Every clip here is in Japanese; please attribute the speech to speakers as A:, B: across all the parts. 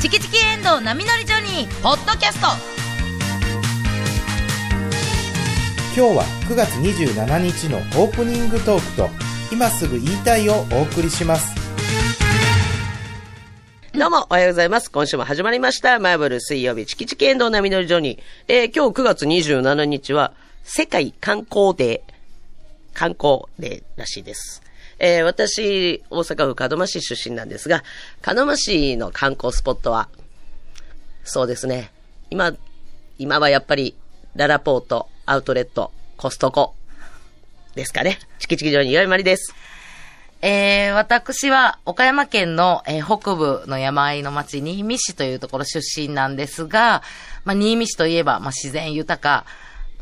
A: チキチキエンドウ波乗りジョニー」ポッドキャスト
B: 今日は9月27日のオープニングトークと今すぐ言いたいをお送りします
C: どうも、おはようございます。今週も始まりました。マーブル水曜日、チキチキエンドウ波乗りジョニー。えー、今日9月27日は、世界観光デー。観光デーらしいです。えー、私、大阪府門真市出身なんですが、門真市の観光スポットは、そうですね。今、今はやっぱり、ララポート、アウトレット、コストコ、ですかね。チキチキジョニー、よいまり です。
D: えー、私は岡山県の、えー北部の山あいの町、新見市というところ出身なんですが、まあ、新見市といえば、まあ、自然豊か。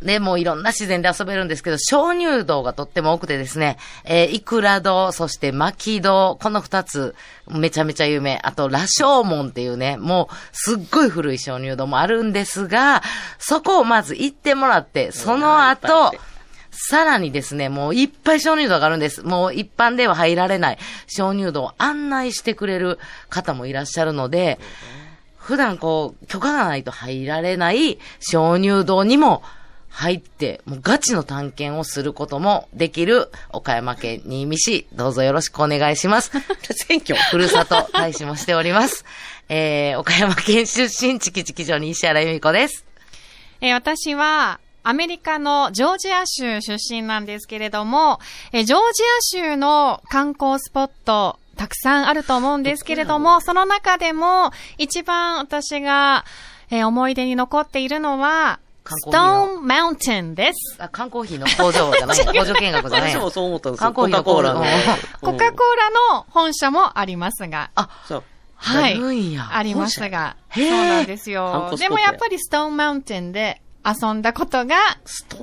D: で、もういろんな自然で遊べるんですけど、鍾乳洞がとっても多くてですね、えー、イクラ洞、そして巻き洞、この二つ、めちゃめちゃ有名。あと、羅生門っていうね、もう、すっごい古い鍾乳洞もあるんですが、そこをまず行ってもらって、その
C: いっぱいあっ
D: 後
C: て、
D: さらにですね、もういっぱい鍾乳洞があるんです。もう一般では入られない鍾乳洞を案内してくれる方もいらっしゃるので、普段こう、許可がないと入られない鍾乳洞にも入って、もうガチの探検をすることもできる岡山県新見市、どうぞよろしくお願いします。
C: 選挙
D: ふるさと大使もしております。えー、岡山県出身、チキチキ城に石原由美子です。
E: えー私は、アメリカのジョージア州出身なんですけれども、えージョージア州の観光スポット、たくさんあると思うんですけれども、その中でも、一番私が、えー思い出に残っているのは、
D: 観
E: スト
D: 光ビルの
E: ーンマウンテンです。
D: あ、缶コーヒーの工場じゃない工場見学じゃない
C: 私もそう思ったんですよ。
D: 缶コー
C: コ
D: ヒー
C: カ・
D: の
C: コーラの
D: うん。
E: コカ・コーラの本社もありますが、
C: そう。
E: は
D: あ
E: い
D: る。んや。
E: ありますが、
D: 本社
E: そう
D: へー
E: なんです
C: 観光
E: よ
C: ス。ポッ
E: で
C: ト
E: も
C: や
E: やっぱりストーンマウンテンで遊んだことが
C: スト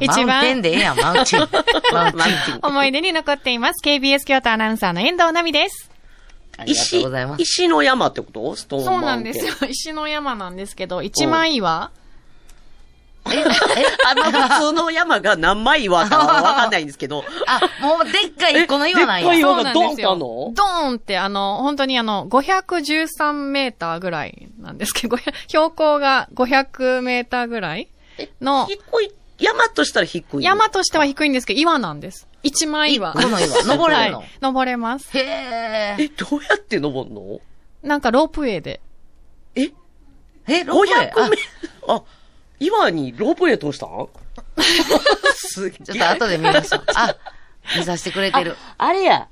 E: 一番
D: マウンテンでええやん、マウンテン。マウン テン。
E: 思い出に残っています。KBS 京都アナウンサーの遠藤奈美です。
D: ありがとう
C: 石
D: ございま、す。
C: 石の山ってことストーン
E: そう
C: マウ
E: なん
C: ンテ
E: で
C: ン。
E: すよ。石の山なんですけど、一枚岩
D: え、え、
C: あの普通の山が何枚岩かはわかんないんですけど。
D: あ、もうでっかい一個の岩なん
C: えでっかい
D: や。
C: 岩
E: そ
C: が
E: うなん
C: ドン
E: で
C: っ
E: す
C: てあ
E: よ。
C: んの
E: ドーンって、あの、本当にあの、513メーターぐらいなんですけど、500標 高が500メーターぐらいの、
C: 低い、山としたら低い。
E: 山としては低いんですけど、岩なんです。一枚岩。
D: 一個の岩登れるの
E: はい登れます。
D: へえ。
C: え、どうやって登んの
E: なんかロープウェイで。
C: え
D: え、
C: ?500
D: 六
C: メ
D: 0 0
C: あ、岩にロープウェイ通 したんすっげえ。
D: ちょっと後で見ましょう。あ、見させてくれてる。
C: あれや。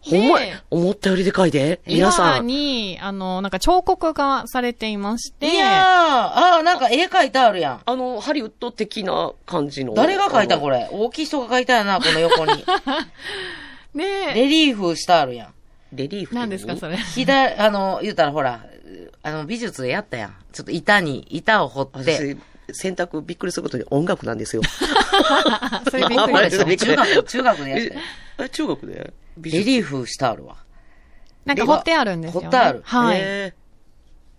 C: ほんま
E: ねえ、
C: 思ったよりでかいで。皆さ
E: 岩
C: ん。
E: に、あの、なんか彫刻がされていまして、
D: あ、なんか絵描いてあるやん。
C: あの、ハリウッド的な感じの。れ
D: れ。大きい人が描いたやな、この横 に。
E: ね
D: リーフしてあるやん。
C: レリーフ。
E: 何ですかそれ。
D: 左、あの、言うたらほら、あの、美術でやったやん。ちょっと板に、板を掘って。
C: 私、選択びっくりすることに音楽なんですよ。
E: それびっくり
D: でしょ中学、中学でやったやん。
C: ええ中学で美
D: レリーフしてあるわ。
E: なんか掘ってあるんですよ、ね。
D: 掘ってある
E: はい。
C: え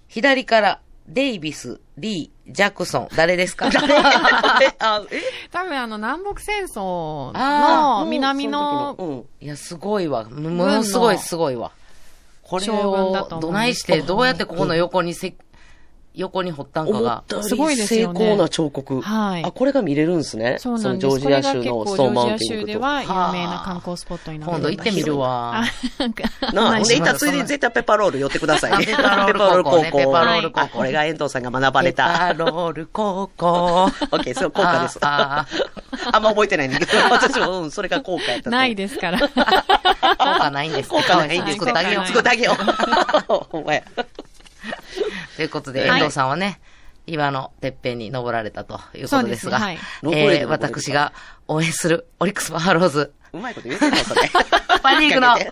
D: 左から、デイビス、リー、ジャクソン。 誰ですか
C: ーえあえ
E: 多分あの、南北戦争
D: あ
E: の南の
C: うん
D: いや、すごいわ。もものすごいすごいわ。これ
E: 将軍だと
D: を、
E: 思
D: ど
E: う
D: ないして、どうやってここの横にせ、横に掘ったんか
C: 思
D: が
C: っ。た
E: す
C: よ
E: ご
C: り
E: いです
C: 成
E: よね
C: 功な彫刻。
E: はい
C: あ、これが見れるんですね。
E: そうなんで
C: の
E: す。
C: ジョ
E: こ
C: ー
E: れ
C: ジア
E: が
C: 州
E: 結
C: の
E: 構、
C: ス
E: ジ
C: トー
E: ョ
C: ンマウ
E: ー
C: ンテ
E: ジ
C: ィン
E: ア
C: グ
E: 州で
C: と。
E: は有
D: はあ
E: 名な観光スポットになって
D: 今
E: います
D: 度行ってみるわ
E: あ。なんか、
C: なあ、
E: まあ
C: ほんで、行った
D: 島田
C: つ
D: さん
C: いでに絶対ペパロール寄ってくださいね。
D: ペパロール高校
C: ペ
D: ね
C: パロール
E: ペパロール高校
C: あ、これが遠藤さんが学ばれ
D: パ
C: た。
D: ロール高校。
C: オッケー、それ効果です。
D: あ
C: あんま覚えてないんだけ ど、私も、うん、それが効果やったと思う
E: ないですから。
D: 効果ないんです
C: 効果ないんです
D: 作ってあげよう。
E: はい
C: 作ってあげよう。 ほんまや。
D: ということで、
C: はい
D: 遠藤さんはね、岩のてっぺんに登られたということですが、
E: そ
C: ね
E: うで
C: はい
D: えー
C: 登れる登れる
D: 私が応援するオリックスバファローズ、
C: うまいこと言うてんの、それ。
D: パリーグの
C: か けて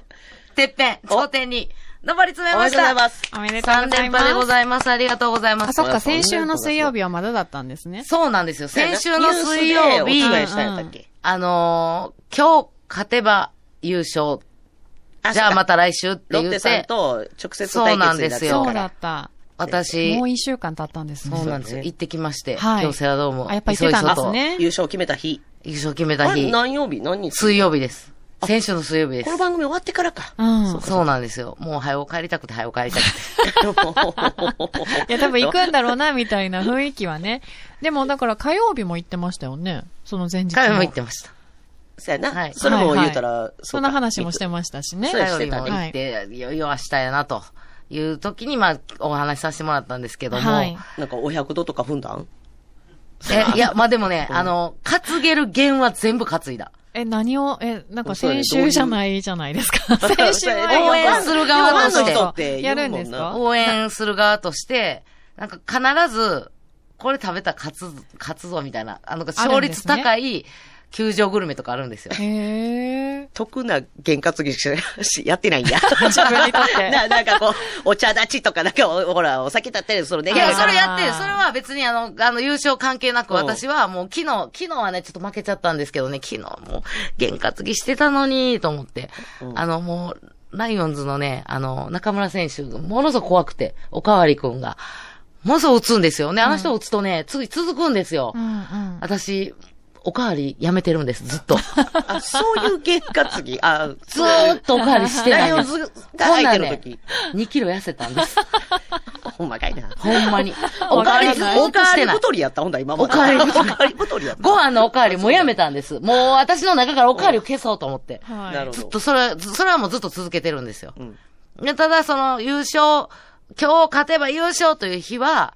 D: てっぺん、頂点に登り詰めました。
C: おめでとうございます。
E: おめでとう
D: 3
E: ござい
D: 連
E: ます。
D: 覇でございます。ありがとうございま
E: あ、
D: す
E: そっ。か、先週の水曜日はまだだったんですね。
D: そうなんですよ。先週の水曜
C: ニ
D: 日
C: ュースでお、伝え
E: い
C: したんやったっけ
D: あのー今日勝てば優勝、じゃあまた来週って
C: ロ
D: 言
C: ッ
D: っ
C: テさん
D: て、
C: と直接対決になってるから。
E: そうだった。
D: 私
E: も、う一週間経ったんですね。
D: そうなんですよ。行ってきまして、
E: はい
D: 京セラドーム、
E: あ、やっぱり行ってたんです
D: 急いそ
E: ね。
C: 優勝決めた日。
D: と優勝決めた
C: あれ
D: 日、
C: 何曜日何日
D: 水曜日です。先週の水曜日です
C: この。番組終わってからか。
E: うん
C: そうか
D: そうなんですよ。もう早う帰りたくて早う帰りたくて。
E: いや、多分行くんだろうな、みたいな雰囲気はね。でも、だから火曜日も行ってましたよね。その前日も。
D: 帰りも行ってました。
C: そうやな。
D: はい
C: それも言うたら、
E: そんな話もして
C: も
E: ましたしね
C: そ。うや
D: 火曜日も
E: してた
D: 行
E: ね
D: って、いよいよ明日やなという時に、まあ、お話しさせてもらったんですけども。
E: はい。
C: なんか、お百度とか踏んだん
D: え、いや、まあでもね、あの、担げる弦は全部担いだ。
E: え、何を、え、なんか
C: そうね
E: 先週じゃないじゃないですか。
C: ういう
E: 先週は
D: 応援する側として
E: ファンの人
C: って言
E: や
C: うもんな
E: るんですか
D: 応援する側として、なんか必ず、これ食べたら勝つ、勝つぞみたいな、あの、勝率高い球場グルメとかあるんですよ。
E: へー。
C: 得な験担ぎししやってないんや。
E: 自分にとっ て
C: な、なんかこう、お茶立ちとか、なんかお、ほら、お酒立ったり、そのね、
D: いや、それやって
E: あ
D: る。
E: ー
D: それは別にあの、あの、優勝関係なく、
C: うん
D: 私はもう昨日、昨日はね、ちょっと負けちゃったんですけどね、昨日もう、験担ぎしてたのに、と思って。あの、もう、ライオンズのね、あの、中村選手、ものすごく怖くて、おかわりくんが。ものすごく打つんですよね。あの人打つとね、次続くんですよ。
E: うんうん。
D: 私、おかわりやめてるんです、ずっと。
C: あそういう験担ぎ。あ、
D: ずーっとおかわりしてないんです。
C: ライオンズが相手の時
D: ほんならね、2キロ痩せたんです。
C: ほんまかいな。
D: ほんまに。 お
C: お
D: か
C: か
D: わ
C: わ
D: り
C: り、
D: ずー
C: お
D: っと
C: か
D: し
C: わ
D: て
C: り
D: ない
C: 太。りやった、ほんだら今まで。
D: おかわり
C: お
D: 太り
C: かわり太りやった。
D: ご飯のおかわりもやめたんです。もう私の中からおかわりを消そうと思って。
E: はい。
C: なる
D: ずっ
C: ほ
D: と
C: ど。
D: それ、ずそれはもうずっと続けてるんですよ
C: う。ん
D: でただその優勝、今日勝てば優勝という日は、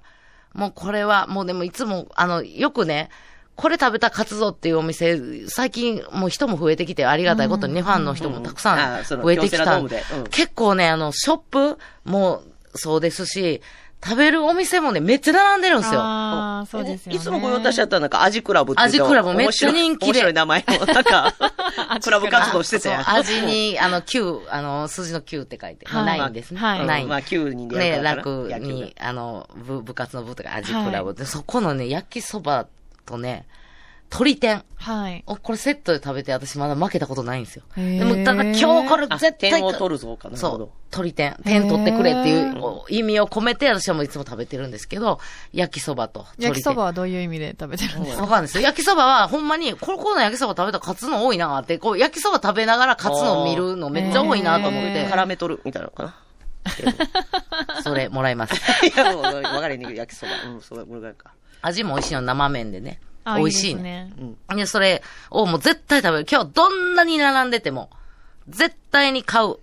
D: もうこれは、もうでもいつも、あの、よくね、これ食べたら勝つぞっていうお店、最近もう人も増えてきて、ありがたいことにね、ファンの人もたく
C: うんあ
D: さん
C: ーその
D: 増えてき
C: 京セラ
D: た。
C: ドームでうん
D: 結構ね、あの、ショップもそうですし、食べるお店もね、めっちゃ並んでるんですよ。
E: ああ、そうですよね。
C: いつもご用達だったらなんか、アジクラブっていう
D: アジクラブめっちゃ人気で
C: 面白い面白い名前の、なんか、クラブ活動してたやん。
D: そう味に、 あの、9、あの、数字の9って書いて、
E: はい
D: ないんですね。
E: はい
D: ない。
C: まあ、9人でや
D: ね、
C: るからかな
D: 楽
C: 野球が
D: に、あの、部、部活の部とか味クラブで、そこのね、焼きそばとね、鶏天。
E: はい。
D: おこれセットで食べて、私まだ負けたことないんですよ。
E: へー
D: でも、ただ今日これ
C: あ
D: 絶対。
C: 点を取るぞかな。なるほ
D: そ
C: ど
D: う。鳥天。点取ってくれっていうお意味を込めて、私はもういつも食べてるんですけど、焼きそばと鳥天。
E: 焼きそばはどういう意味で食べてるんですか
D: わかんないですよ。焼きそばは、ほんまに、ここの焼きそば食べたら勝つの多いなって、こう、焼きそば食べながら勝つの見るのめっちゃ多いなと思っ
E: え
D: て
E: ー、
C: 絡めとるみたいなのかな。
D: それもらいます。
C: いや、もう、分かりにくい焼きそば。うん、それぐらいか。
D: 味も美味しいの、生麺でね。
E: あ
D: 美味しい
E: です
D: ね。
E: ね。
D: で、それをもう絶対食べる。今日どんなに並んでても、絶対に買う。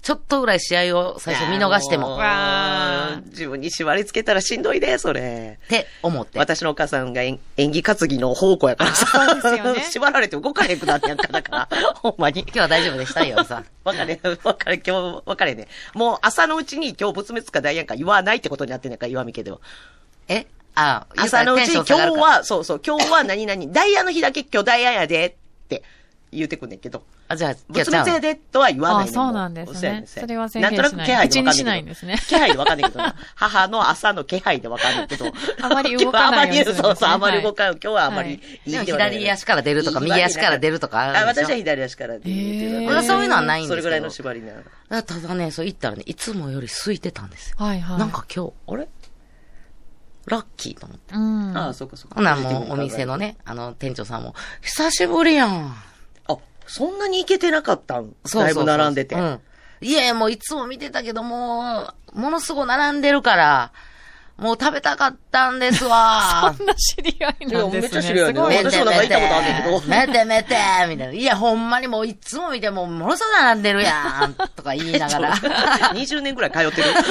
D: ちょっとぐらい試合を最初見逃して
C: う
D: も、っ
E: わー
C: 自分に縛り付けたらしんどいで、それ。
D: て思って。
C: 私のお母さんが演演技担ぎの宝庫やからさ、
E: そうですよね
C: 縛られて動かへんくなってやんか、だ から、ほんまに。
D: 今日は大丈夫でした よ、さん。
C: わかれ、わかれ、今日、わかれね。もう朝のうちに今日仏滅か大やんか言わないってことになってんねんか、岩見家では。
D: えあ、言うた
C: 朝
D: ら
C: のう
D: テン
C: ちに
D: ショ
C: 今
D: ン下
C: 日
D: がるから
C: は、そうそう、今日は何々、ダイヤの日だけ今日ダイヤやでって言うてくんねんけど。
D: あ、じゃあ、今
C: 仏
D: 日ちゃう
C: 滅やでとは言わないね
E: あそうなんですね
C: そうやん
E: それは宣言しない
C: んとなく気配でわかん
E: 口にしないんですね
C: 気配でわかんないけどな。母の朝の気配でわかんないけど。
E: あまり動かないようにするんですね
C: そうそう、あまり動かない。今日はあま
E: はい
C: りいい
D: で
C: 日は
D: も
C: ない
D: 左足から出るとか、
C: いい
D: 右足から出るとかある
C: あ、
D: んでしょ
C: 私は左足から出るっていう
E: へ
C: の
E: ー
C: は。
D: そういうのはないんで
C: そ
D: すけど
C: れぐらいの縛りなの。
D: あただね、そう行ったらね、いつもより空いてたんですよ。
E: はいはい。
D: なん、か今日、あれラッキーと思って。
E: うん。
C: ああ、そうかそうか。
D: ほな、もうお店のね、あの、店長さんも、久しぶりやん。
C: あ、そんなに行けてなかったん
D: そう
C: だ
D: そう
C: い
D: そう
C: ぶ並んでて。
D: うん。いやいや、もういつも見てたけど、もう、ものすごい並んでるから、もう食べたかったんです わ。
E: そんな知り合い
C: い
E: な
C: や、
E: ん
C: め
E: ですね。
C: っちゃ知り合い
E: す
C: ね。
E: ごい
C: 私もなんか行ったことあんねんけど。
D: めてめてみたいな。いや、ほんまにもういつも見て、もうものすごい並んでるやんとか言いな がら。
C: 20年ぐらい通ってる。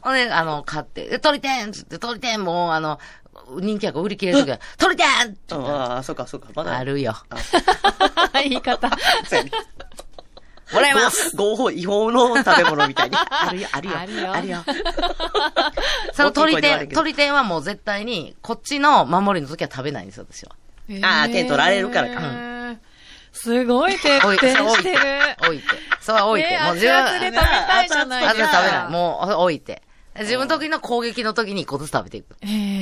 D: ほんで、あの、買って、で鳥天っつって、鳥天もう、あの、人気やから売り切れる時は、鳥天って言ったら
C: ああ、そうかそうか。まだ。
D: あるよ。
E: 言い方。
C: そうやね
D: もらいます
C: 合法、違法の食べ物み たいに。あるよ、あるよ。
E: あるよ
C: ある よ。
D: その鳥
C: 大きい
D: 天、
C: 声で言われるけど
D: 鳥天はもう絶対に、こっちの守りの時は食べないんですよ、私は。
C: あー手取られるからか
E: か。すごい徹
D: お
E: 底
D: い、それ置
E: し
D: い
E: て
D: て
E: る。。
D: 置いて。それ置いて。
E: ね
D: もう
E: 熱
D: 自
E: 々で食べ
D: 分、
E: たいじゃない
D: あ
E: です
D: ず食べ
E: か。
D: ない。もう置いて。自分の時の攻撃の時に一個ずつ食べていく。
E: へ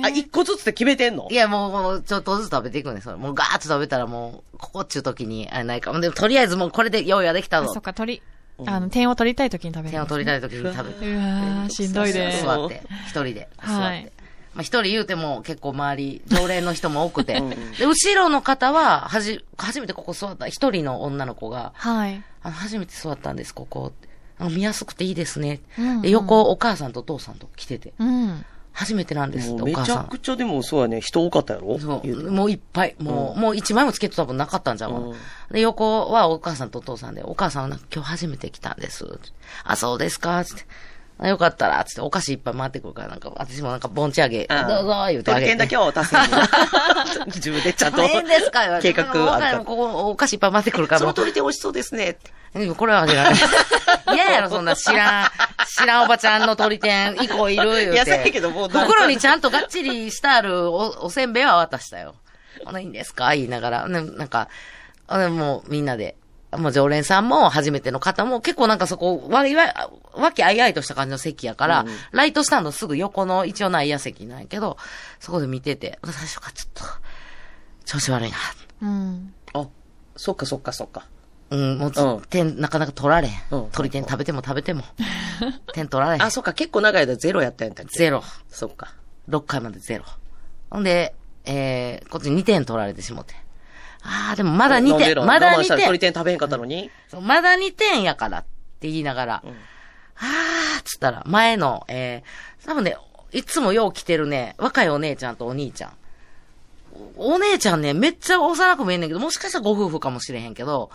E: ー
C: あ、一個ずつって決めてんの
D: いや、もう、もうちょっとずつ食べていくね。それもうガーッと食べたらもう、ここっちゅう時に、あれないか。でも、とりあえずもうこれで用意はできた
E: あ
D: ぞ
E: そっ。か、取り、あの、点を取りたいときに食べる。
D: 点を取りたい時に食べ
E: う
D: て。
E: わー、しんどい
C: そ
E: で
C: う
E: す
C: そう。
D: 座って、一人で、座って。
E: はい
D: まあ、一人言うても結構周り、常連の人も多くて。で、後ろの方は、はじ、初めてここ座った、一人の女の子が、
E: はい。
D: あの、初めて座ったんです、ここって。あの、見やすくていいですね。
E: うんうん
D: で、横、お母さんとお父さんと来てて。
E: うん。
D: 初めてなんです
C: も
D: って、
C: う
D: お
C: め
D: 母
C: ち
D: さ
C: ゃ
D: ん
C: く。ちゃでもそうやね、人多かったやろ
D: そ
C: 言うて
D: う。もういっぱい。もう、もう一枚もチケット多分なかったんじゃん。
C: うん
D: で、横はお母さんとお父さんで、お母さんはなんか今日初めて来たんです。あ、そうですかつって。あよかったら、つって、お菓子いっぱい回ってくるから、なんか、私もなんか、ぼんちあげ、どう
C: あ
D: ぞ、言うてあ
C: 取
D: げ
C: り券
D: て。
C: だけは渡すの 自分でちゃんと。
D: ええんですかよ
C: 計画
D: 今
C: あ
D: 回
C: る
D: も
C: か。
D: ここ、お菓子いっぱい回ってくるからら、
C: そ
D: も
C: の
D: う
C: 取り券美味しそうですねって。
D: いやこれはあげら れない。嫌やろ、そんな知らん、知らんおばちゃんの鳥天、一個いる言うて。
C: いやそうやけどもうなんか
D: 袋にちゃんとがっちりしてあるお、おせんべいは渡したよ。こんないいんですか言いながら。ね、なんか、あでもうみんなで。もう常連さんも初めての方も結構なんかそこ、わ、いわ、わきあいあいとした感じの席やから、ライトスタンドすぐ横の一応内野席なんやけど、そこで見てて、最初からちょっと、調子悪いな。
E: うん。
C: あ、そっかそっかそっか。
D: うん、もうず、
C: うん
D: 点、なかなか取られん。
C: うん
D: 鳥点食べても食べても。 点取られへん
C: あ、。そっか、結構長い間ゼロやったんやったっけ
D: ゼロ。
C: そっか。
D: 6回までゼロ。ほんで、えー、こっち2点取られてしもて。あー、でもまだ2
C: 飲んで
D: 点、
C: る
D: まだ
C: 我慢した
D: 2
C: ら取り
D: 点、
C: 券食べへんかったのに。
D: そうまだ2点やからって言いながら、あー、つったら、前の、えー、多分ね、いつもよう来てるね、若いお姉ちゃんとお兄ちゃん。おお姉ちゃんね、めっちゃ幼く見えんねんけど、もしかしたらご夫婦かもしれへんけど、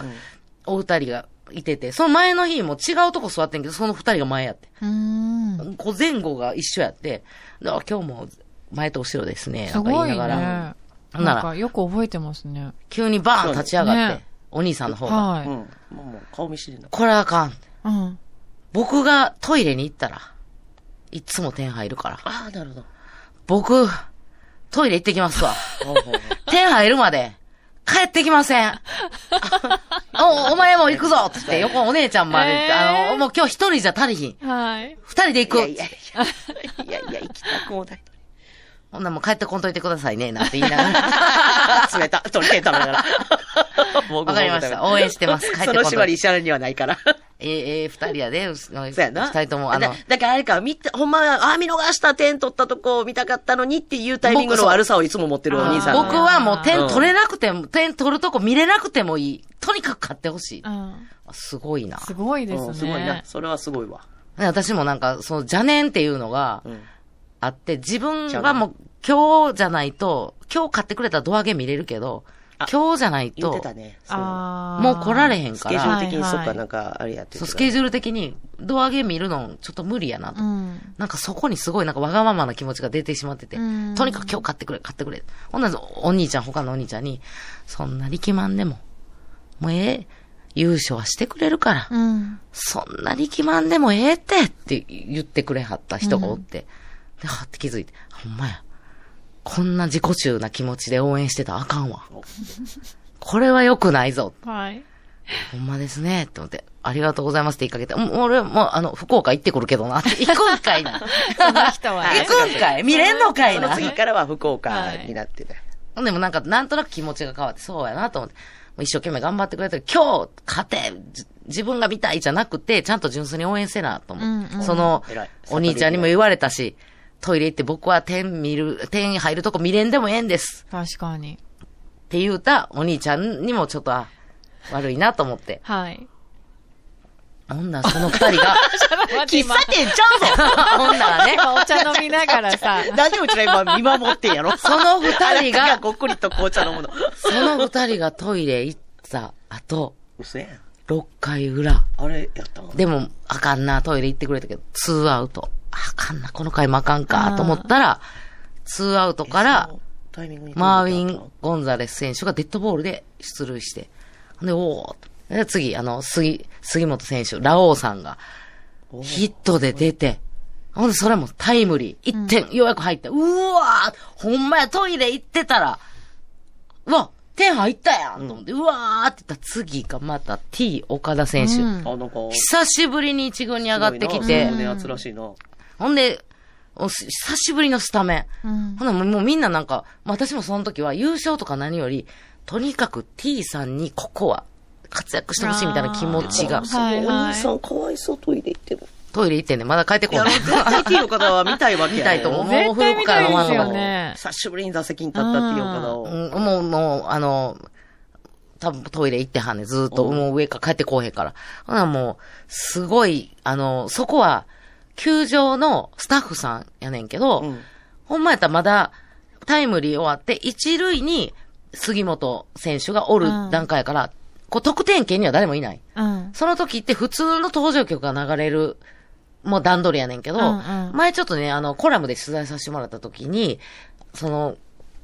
D: お二人がいてて、その前の日も違うとこ座ってんけど、その二人が前やって。
E: うん。
D: こう前後が一緒やって、だから今日も前と後ろですね、
E: す
D: とか言
E: ご
D: い
E: い
D: な
E: ね。
D: がら、
E: な
D: ほんなんら、
E: かよく覚えてますね。
D: 急にバーン立ち上がって
E: ね、
D: お兄さんの方が、
E: は
C: うん。
E: い。
C: もうもう顔見知りな。
D: これあかん。
E: うん。
D: 僕がトイレに行ったら、いつも点入るから、
C: ああ、なるほど。
D: 僕、トイレ行ってきます わ。点入るまで、帰ってきませ ん。お、お前も行くぞつって、横お姉ちゃんまで行って、
E: えー
D: あの、もう今日一人じゃ足りひん。
E: はい。
D: 二人で行く。
C: いやいやいや、いやいや、行きたくもない。
D: ほんならもう帰ってこんといてくださいね、なんて言いながら。
C: 冷た。取り券食べなが ら。わ
D: わかりました応援してます帰ってこ
C: そ
D: んと
C: の縛り石原にはないから。
D: ええええ二人やで、うす二
C: そうやな。
D: 人とも、あ
C: だ
D: の、
C: だからあれか、見て、ほんまは、あー、見逃した、点取ったとこを見たかったのにっていうタイミングの悪さをいつも持ってるお兄さん。
D: 僕はもう
C: う
D: 点
C: ん
D: 取れなくても、点取るとこ見れなくてもいい。とにかく買ってほしい。
E: うん。
D: すごいな。
E: すごいですね。
C: うんすごいな。それはすごいわ。
D: で私もなんか、その邪念っていうのが
C: うん
D: あって、自分はもう今日じゃないと、今日買ってくれたらドアゲ見れるけど
C: あ、
D: 今日じゃない
C: 言って
D: と、
C: たね。そう
E: あー
D: もう来られへん
C: ス
D: か
C: ケジュー
D: ら、
C: ル的に、
E: はいはい
C: そっか、なんか、あれやって
D: そ
C: る
D: うスケジュール的にドアゲ見るのちょっと無理やなと
E: う。ん。
D: なんかそこにすごいなんかわがままな気持ちが出てしまってて、
E: うん
D: とにかく今日買ってくれ、買ってくれ。ほんならお兄ちゃん、他のお兄ちゃんに、そんな力まんでも、もうええ、優勝はしてくれるから、
E: うん。
D: そんな力まんでもええってって言ってくれはった人がおって、で、はって気づいて、ほんまや。こんな自己中な気持ちで応援してたらあかんわ。これは良くないぞ。
E: はい。
D: ほんまですね、って思って、ありがとうございますって言いかけて、もう俺、もう、あの、福岡行ってくるけ どな、って行くんかいな。
E: その人はね
D: 行くんかい見れんのかい
C: その
D: な。
C: 次からは福岡になってた。
D: でもなんか、なんとなく気持ちが変わって、そうやなと思って、もう一生懸命頑張ってくれたけど、今日、勝てじ自分が見たいじゃなくて、ちゃんと純粋に応援せな、と思って。
E: うんうん
D: その
C: 偉い、
D: お兄ちゃんにも言われたし、トイレ行って僕は点見る、点入るとこ見れんでもええんです。
E: 確かに。
D: って言うた、お兄ちゃんにもちょっと、あ、悪いなと思って。
E: はい。
D: 女、その二人 が、
E: 喫茶
D: ち
E: 店
D: ゃうぞ女がね。
E: 今お茶飲みながら さ。
C: なんでうちら今見守ってんやろ
D: その二人が
C: あなたごっくりと紅茶飲むの。
D: その二人がトイレ行った後、
C: 嘘やん。
D: 6回裏。
C: あれやったの
D: でも、あかんな、トイレ行ってくれたけど、ツーアウト。あかんな、この回もあかんか、と思ったら、ツーアウトから
C: そ、のタイミングに
D: マーウィン・ゴンザレス選手がデッドボールで出塁して、で、おーっとで、次、あの、杉、杉本選手、ラオウさんが、ヒットで出て、ほんで、それもタイムリー、1点、ようやく入った。うわーほんまや、トイレ行ってたら、うわ点入ったやんと思って、うわーって言ったら、次がまた T 岡田選手。
E: うん
C: あ、なんか、
D: 久しぶりに一軍に上がってき
C: すごい
D: て
C: な、胸熱らしいな。
D: ほんで、おし久しぶりのスタメン。
E: うん
D: ほんならもうみんななんか、まあ私もその時は優勝とか何より、とにかく T さんにここは活躍してほしいみたいな気持ちが
E: あー。はいはい
C: お兄さんかわいそうトイレ行ってる。
D: トイレ行ってんねまだ帰って
C: い
D: こ
C: や、
D: ない。
C: 絶対 T 岡田は見たいわけ
D: 見
C: や
D: たいと思う。
C: う。
D: もう古くから思わなか
E: 絶対見たいですよ
D: っ
E: ね
C: 久しぶりに座席に立った T 岡田
D: た。
C: を。
D: うん、もう、もう、あの、多分トイレ行ってはんねんずーっと、
C: うん
D: もう上から帰ってこうへんから。ほなもう、すごい、あの、そこは、球場のスタッフさんやねんけど、
C: うん
D: ほんまやったらまだ、タイムリー終わって、一塁に杉本選手がおる段階やから、こう得点圏には誰もいない。
E: うん。
D: その時って普通の登場曲が流れる、もう段取りやねんけど、
E: うんうん
D: 前ちょっとね、あの、コラムで取材させてもらった時に、その、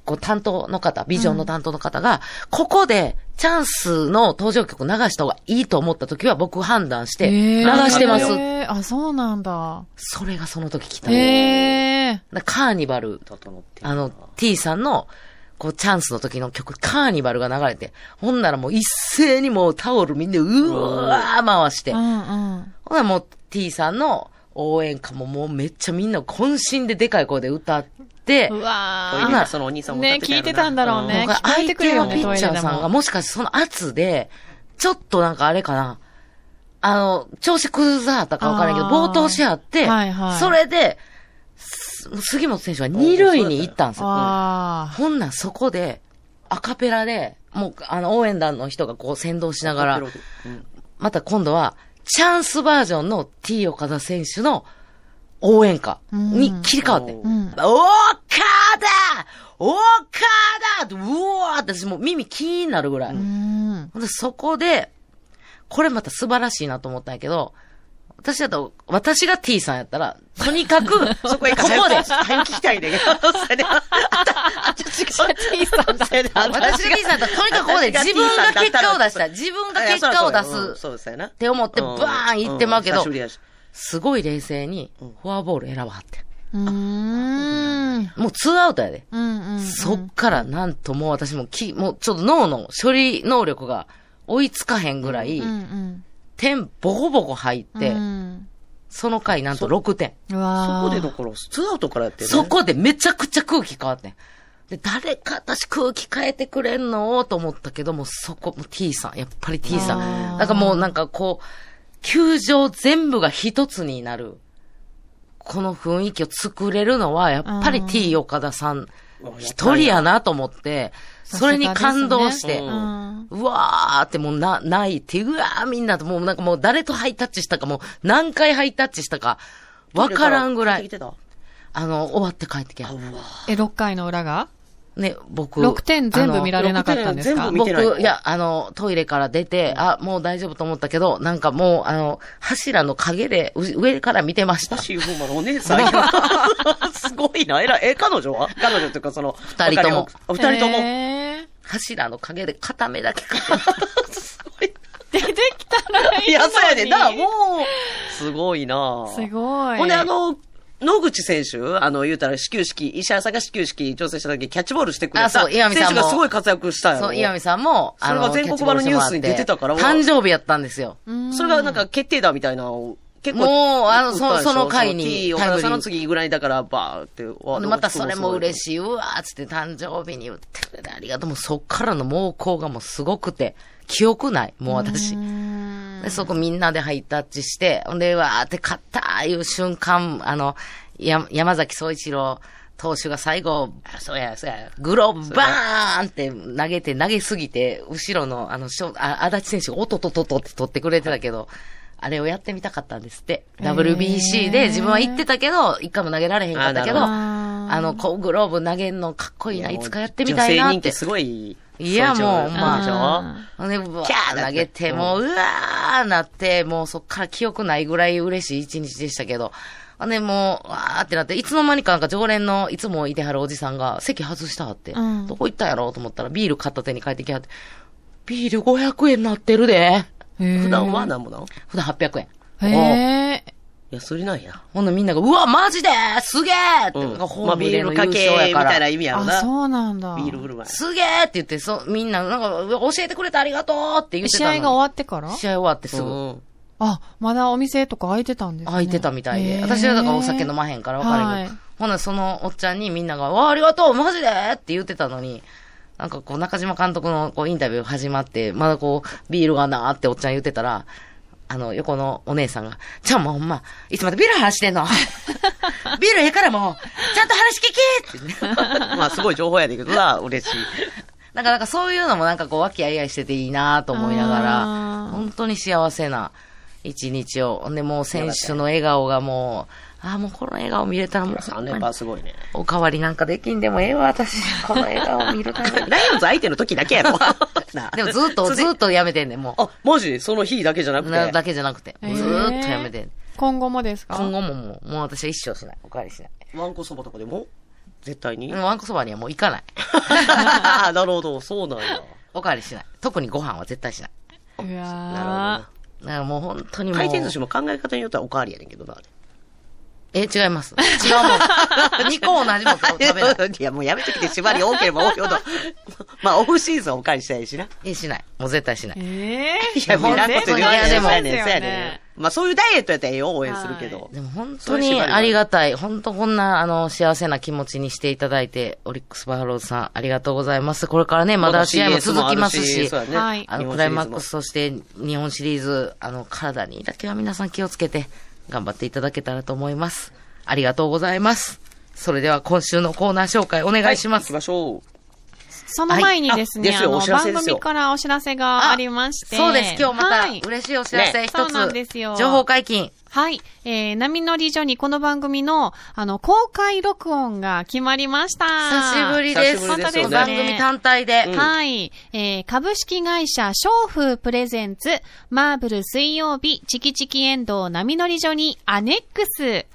D: こう担当の方、ビジョンの担当の方が、ここでチャンスの登場曲流した方がいいと思った時は僕判断して、流してます。
E: えーあ、そうなんだ。
D: それがその時来た。
E: へえ。
D: だからカーニバル
C: 整ってるな
D: あの、T さんの、こう、チャンスの時の曲、カーニバルが流れて、ほんならもう一斉にもうタオルみんな、うわー回して、
E: う
D: ほん
E: んうん。
D: ならもう T さんの応援歌ももうめっちゃみんな渾身ででかい声で歌って、
E: う
C: トイ
E: わ
C: レ
D: あ
C: で
D: ら
C: そのお兄さんも
E: ね
C: 立て
E: 聞いてたんだろうね
D: 僕は
E: 聞こえ
D: 相
E: てくる
D: 手
E: よ
D: の
E: ね
D: ピッチャーさんがもしかしてその圧で、ちょっとなんかあれかな、あの、調子崩さはったかわからんけど、
E: あー
D: 暴投しはって、
E: はいはい
D: それで、す杉本選手は二塁に行ったんですよ。
E: あ
D: ほんなんそこで、アカペラで、もう、あの、応援団の人がこう先導しながら、
C: うん
D: また今度は、チャンスバージョンの T 岡田選手の応援歌に切り替わって。
E: あ。うん。
D: 岡田岡田って、うわーって私もう耳キーンなるぐらい。
E: うん。
D: ほんで、そこで、これまた素晴らしいなと思ったんやけど、私だと、私が T さんやったら、とにかく、
C: そこへ行
D: ここで
C: 早く聞きたいねんけど。それであたあた私が T さんだ。それであた
D: 私が T さんだったら、とにかくここで
C: 私が
D: 自分が
C: T さんだっ
D: 結
C: たら
D: 果を出したい。自分が結果を出
C: うん
D: す
C: そうですよな。っ
D: って思って、バーン行ってまうけど、
C: う
D: すごい冷静に
C: うん、
D: フォアボール選ばはって。
E: うん。
D: もうツーアウトやで。
E: うん。
D: そっからなんともう私もき、もうちょっと脳の処理能力が追いつかへんぐらい
E: うん。う、ん。
D: 点ボコボコ入って
E: う、ん
D: その回なんと6点。
E: うわ
C: そこ
E: ー
C: でだから、ツーアウトからやってるね
D: そこでめちゃくちゃ空気変わってん。で、誰か私空気変えてくれんのと思ったけども、そこ、もう T さん、やっぱり T さ
E: あ
D: ん。
E: ー
D: なんかもうなんかこう、球場全部が一つになる。この雰囲気を作れるのは、やっぱり T 岡田さん
C: うん
D: 一人やなと思って、それに感動し
C: さ
D: て
C: すがですね、
E: うん。
D: うわーってもうな、泣いて、うわーみんなともうなんかもう誰とハイタッチしたかもう何回ハイタッチしたかわからんぐら
C: 聞い
D: い、
C: てた
D: あの、終わって帰ってきゃ
C: あ。うわ
E: え、6回の裏が
D: ね、僕。
E: ?6 点全部見ら
D: る。
E: れなかったんです
C: あ
E: か
C: の見てない
D: 僕、いや、あの、トイレから出て、あ、もう大丈夫と思ったけど、なんかもう、あの、柱の陰で、う上から見てました。
C: 私、ほんまのお姉さんや。 すごいな。えらい。え、彼女は彼女っていうか、その、
D: 二人とも
C: 別れお二人とも。
E: え
D: 柱の陰で片目だけ。
C: すごい。
E: ー出てきたらいいのに。
C: いや、そうやねんな。もう、すごいな。
E: すごい。
C: ほんで、あ、の、野口選手、あの、言うたら始球式、石原さんが始球式挑戦した時キャッチボールしてくれた。
D: あそう岩見さんも
C: 選手がすごい活躍したよ。
D: そう、岩見さんも、あの、
C: それが全国版のニュースに出てたから
D: キャッチボールしてもらって誕生日やったんですよ。
E: うん
C: それがなんか決定打みたいなのを、結構。
D: もうあの
C: 打
D: そ
C: ったでしょ
D: その回に
C: そう T
D: タイ
C: 岡
D: ムリ
C: 田
D: ー
C: さんの次ぐらいだから、ばーって。
D: ほんでまたそれも
C: しい。
D: 嬉しい、うわーっつって誕生日に言ってくれてありがとう。もうそっからの猛攻がもうすごくて、記憶ない、もう私。
E: うん
D: で、そこみんなでハイタッチして、ほんで、わーって勝ったーいう瞬間、あの、や、山崎総一郎投手が最後、
C: そうや、そうや。
D: グローバーンって投げて、投げすぎて、後ろの、あの、ショあ、足立選手がおっとっとっとっとって取ってくれてたけど、あれをやってみたかったんですって。
E: へー
D: WBC で自分は行ってたけど、一回も投げられへんかったけど、
C: あ
E: なるほど
D: あの、こう、グローブ投げんのかっこいいな、いつかやってみたい
C: 女
D: な
C: 性人
D: って
C: 気。すごい。
D: いや
C: そう
D: もう
C: そう
D: まあ
C: でしょ
D: ほんで、ぶわ
C: キャーだって
D: ー投げて、もう、うわーなって、もうそっから記憶ないぐらい嬉しい一日でしたけど、ほんで、もう、わーってなって、いつの間にかなんか常連のいつもいてはるおじさんが席外したって、
E: うん
D: どこ行ったんやろうと思ったらビール片手に帰ってきはって、ビール500円なってるで。
E: へー
C: 普段は何もなの
D: 普段800円。
E: へえ。
C: 安売りなんや。
D: ほんでみんなが、うわ、マジですげーって、なんかホ
C: まあ、
D: ーム
C: ビ
D: で
C: ー
D: の
C: ル
D: 優
C: かけ、
D: 勝
C: み
D: やか
C: たい
D: ら
C: な。意味やろ
E: あ、
C: な。
E: そうなんだ。
C: ビール振る舞い。
D: すげーって言って、そう、みんな、なんか、うわ教えてくれてありがとうって言って
E: 試
D: たのに。
E: 合が終わってから
D: 試合終わってすぐ。
C: うん
E: あ、まだお店とか開いてたんですね。
D: 空いてたみたい
E: へ
D: で。
E: ー
D: 私はだからお酒飲まへんから分からんけど
E: は。
D: ほな、そのおっちゃんにみんなが、わあ、ありがとうマジでって言ってたのに、なんかこう、中島監督のこうインタビュー始まって、まだこう、ビールがなーっておっちゃん言ってたら、あの、横のお姉さんが、じゃあもうほんま、いつまでビール話してんの ビールええからもう、ちゃんと話聞けって言って。
C: まあ、すごい情報やねんけどな、嬉しい。
D: なんか、なんかそういうのもなんかこう、和気あいあいしてていいなと思いなが
E: あー
D: ら、本当に幸せな一日を。ほんで、もう選手の笑顔がもう、ああ、もうこの笑顔見れたらもう、
C: 3連覇すごい ね。
D: おかわりなんかできんでもええわ、私。この笑顔見るた めに。
C: ライオンズ相手の時だけ やろ。な
D: でもずっと、ずっとやめてんねん、も
C: あ、マジその日だけじゃな
D: う。
C: く
D: な
C: て。
D: だけじゃなくて。ず
E: へー
D: ーっとやめてん。
E: 今後もですか
D: 今後ももう、もう私は一生しない。おかわりしない。
C: ワンコそばとかでも絶対に。
D: もうワンコそばにはもう行かない。
C: なるほど、そうなんや。
D: おかわりしない。特にご飯は絶対しない。
E: う
C: なる
E: わ
D: だからもう本当に
C: ほどな。
D: もう。
C: 回転寿司も考え方によってはおかわりやねんけどな。
D: え、違います。違うもん。2個同じもん食べな い。
C: いや、もうやめてきて、縛り多ければ多いほど。 まあ、オフシーズンはおかわりしたいしな。
D: え、しない。もう絶対しな
E: ー
D: い。
E: ええ
C: いや、もうなこと言わない
D: いやで
C: そ
D: も
C: うやねん、そうやねん。まあ、そういうダイエットやったらええよ、応援するけど。
D: でも本当にありがたい。本当こんな、あの、幸せな気持ちにしていただいて、オリックスバファローズさん、ありがとうございます。これからね、まだ試合も続きますし、
C: そうやね
E: はい
D: あの、クライマックス、そして日本シリーズ、あの、体にだけは皆さん気をつけて、頑張っていただけたらと思います。ありがとうございます。それでは今週のコーナー紹介お願いしま
C: 行
D: す
C: き。ましょう。
E: その前にですね、
C: はいあです
E: あ
C: よ
E: の、
C: お知らせ
E: 番
C: ですよ
E: 組からお知らせがありまして。
D: そうです。今日また
E: はい
D: 嬉しいお知らせ
C: ね
D: 一
E: そうなん
D: つ、
E: ですよ
D: 情報解禁。
E: はい。えー、波乗り所にこの番組の、あの、公開録音が決まりました。
D: 久しぶりです。
C: 久しぶりですよね
D: この番組単体で。
C: うん
E: はい。えー、株式会社、商風プレゼンツ、マーブル水曜日、チキチキエンドウ波乗り所にアネックス。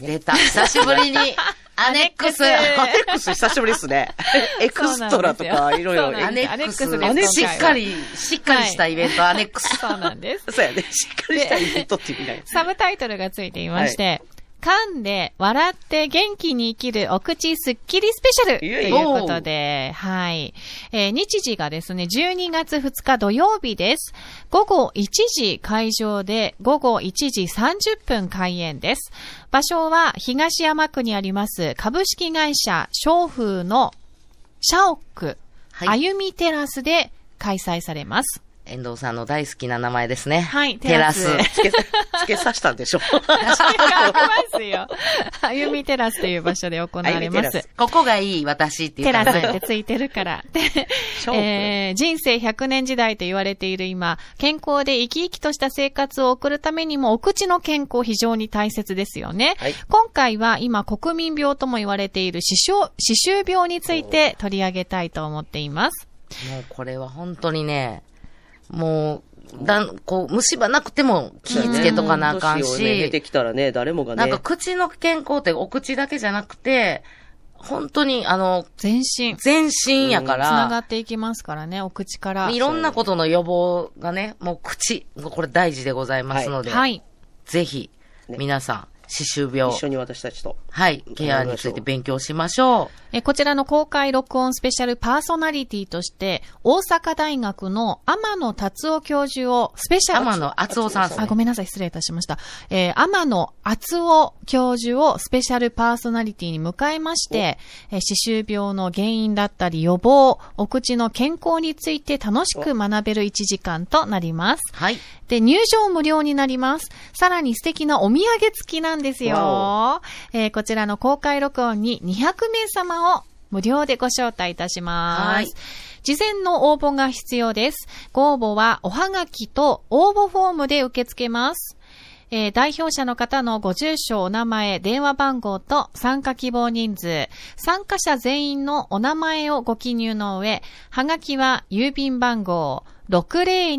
D: 出た。久しぶりに、 アネックス。
C: ア ネックス久しぶりです ね。エクストラとかいろいろ。
E: そうな
D: ア
E: ん
D: ネ
E: です
D: ックス。
E: アネックスです
D: しっかり、しっかりしたイベント、アネックス。
E: そうなんです。
C: そうやね。しっかりしたイベントっていう意味ない。
E: サブタイトルがついていまして、噛んで、笑って、元気に生きる、お口すっきりスペシャルと
C: いえ
E: い
C: いうえ
E: ことで、はい。えー日時がですね、12月2日土曜日です。午後1時会場で、午後1時30分開演です。場所は、東山区にあります、株式会社、商風の、社屋、
D: はい
E: あゆみテラスで開催されます。
D: 遠藤さんの大好きな名前ですね。
E: はい
D: テ
E: テ
D: ラ
E: ラス
D: ス。
C: つけ、つけさしたんでしょ。
E: あります よ。あゆみテラスという場所で行われま
C: あゆみテラ
E: す
C: ス。
D: ここがいい、私ってい
E: テ
D: う名
E: ラスっ
D: 前
E: て。ついてる から。 で
C: ショープ
E: えー人生100年時代と言われている今、健康で生き生きとした生活を送るためにも、お口の健康非常に大切ですよね。
C: はい
E: 今回は今国民病とも言われている歯周、歯周病について取り上げたいと思っています。
D: もうこれは本当にね、もう、だん、こう、虫歯なくても気ぃつけとかなあかん
C: 年をね経
D: し、
C: てきたらね、誰もが
D: なん
C: ね
D: か。口の健康ってお口だけじゃなくて、本当にあの、
E: 全身、つ
D: 全身やか
E: なが
D: ら、
E: っていきますからね、お口から
D: い。ろんなことの予防がね、もう口、これ大事でございますので、
E: はい。
D: ぜひ、
C: ね
D: 皆さん、歯周病
C: 一、緒に私たちと。
D: はい、ケアについて勉強しましょ
E: えーこちらの公開録音スペシャルパーソナリティとして、大阪大学の天野達夫教授をスペシ
D: う。
E: ャル、
D: 天野厚夫さんです
E: あ、
D: ね
E: ごめんなさい、失礼いたしました。えー天野厚夫教授をスペシャルパーソナリティに迎えまして、えー歯周病の原因だったり予防、お口の健康について楽しく学べる1時間となります。
D: はい。
E: で、入場無料になります。さらに素敵なお土産付きなんです
C: わ
E: よ。えーこちらの公開録音に200名様を無料でご招待いたします。
D: はい
E: 事前の応募が必要です。ご応募はおはがきと応募フォームで受け付けます。えー代表者の方のご住所、お名前、電話番号と参加希望人数、参加者全員のお名前をご記入の上、はがきは郵便番号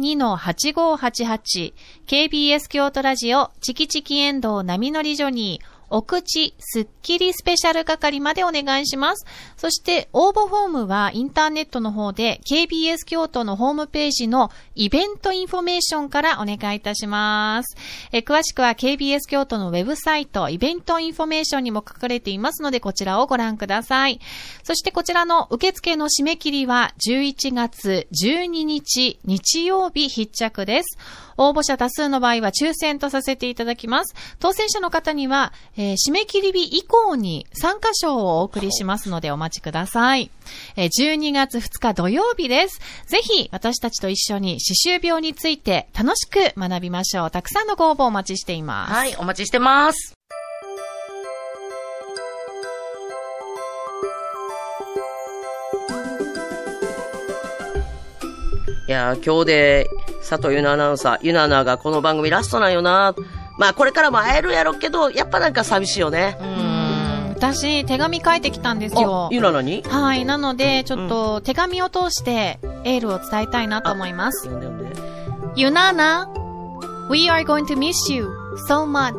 E: 602-8588、KBS 京都ラジオ、チキチキエンドウ波乗りジョニー、お口すっきりスペシャル係までお願いします。そして応募フォームはインターネットの方で KBS 京都のホームページのイベントインフォメーションからお願いいたします。えー詳しくは KBS 京都のウェブサイトイベントインフォメーションにも書かれていますのでこちらをご覧ください。そしてこちらの受付の締め切りは11月12日日曜日必着です。応募者多数の場合は抽選とさせていただきます。当選者の方には、えー締め切り日以降に参加賞をお送りしますのでお待ちください。えー12月2日土曜日です。ぜひ私たちと一緒に歯周病について楽しく学びましょう。たくさんのご応募お待ちしています。
D: はい、お待ちしてます。
C: いやー、今日で、佐藤ゆなアナウンサー、ゆなアナがこの番組ラストなんよな。まあ、これからも会えるやろうけど、やっぱなんか寂しいよね
D: う。ー
E: う
D: ん。
E: ん私、手紙書いてきたんです
C: あ
E: よ、。
C: ゆなアナに
E: はい。なので、ちょっと、手紙を通して、エールを伝えたいなと思います。
C: 呼んで呼んで。
E: Yunana, we are going to miss you so much.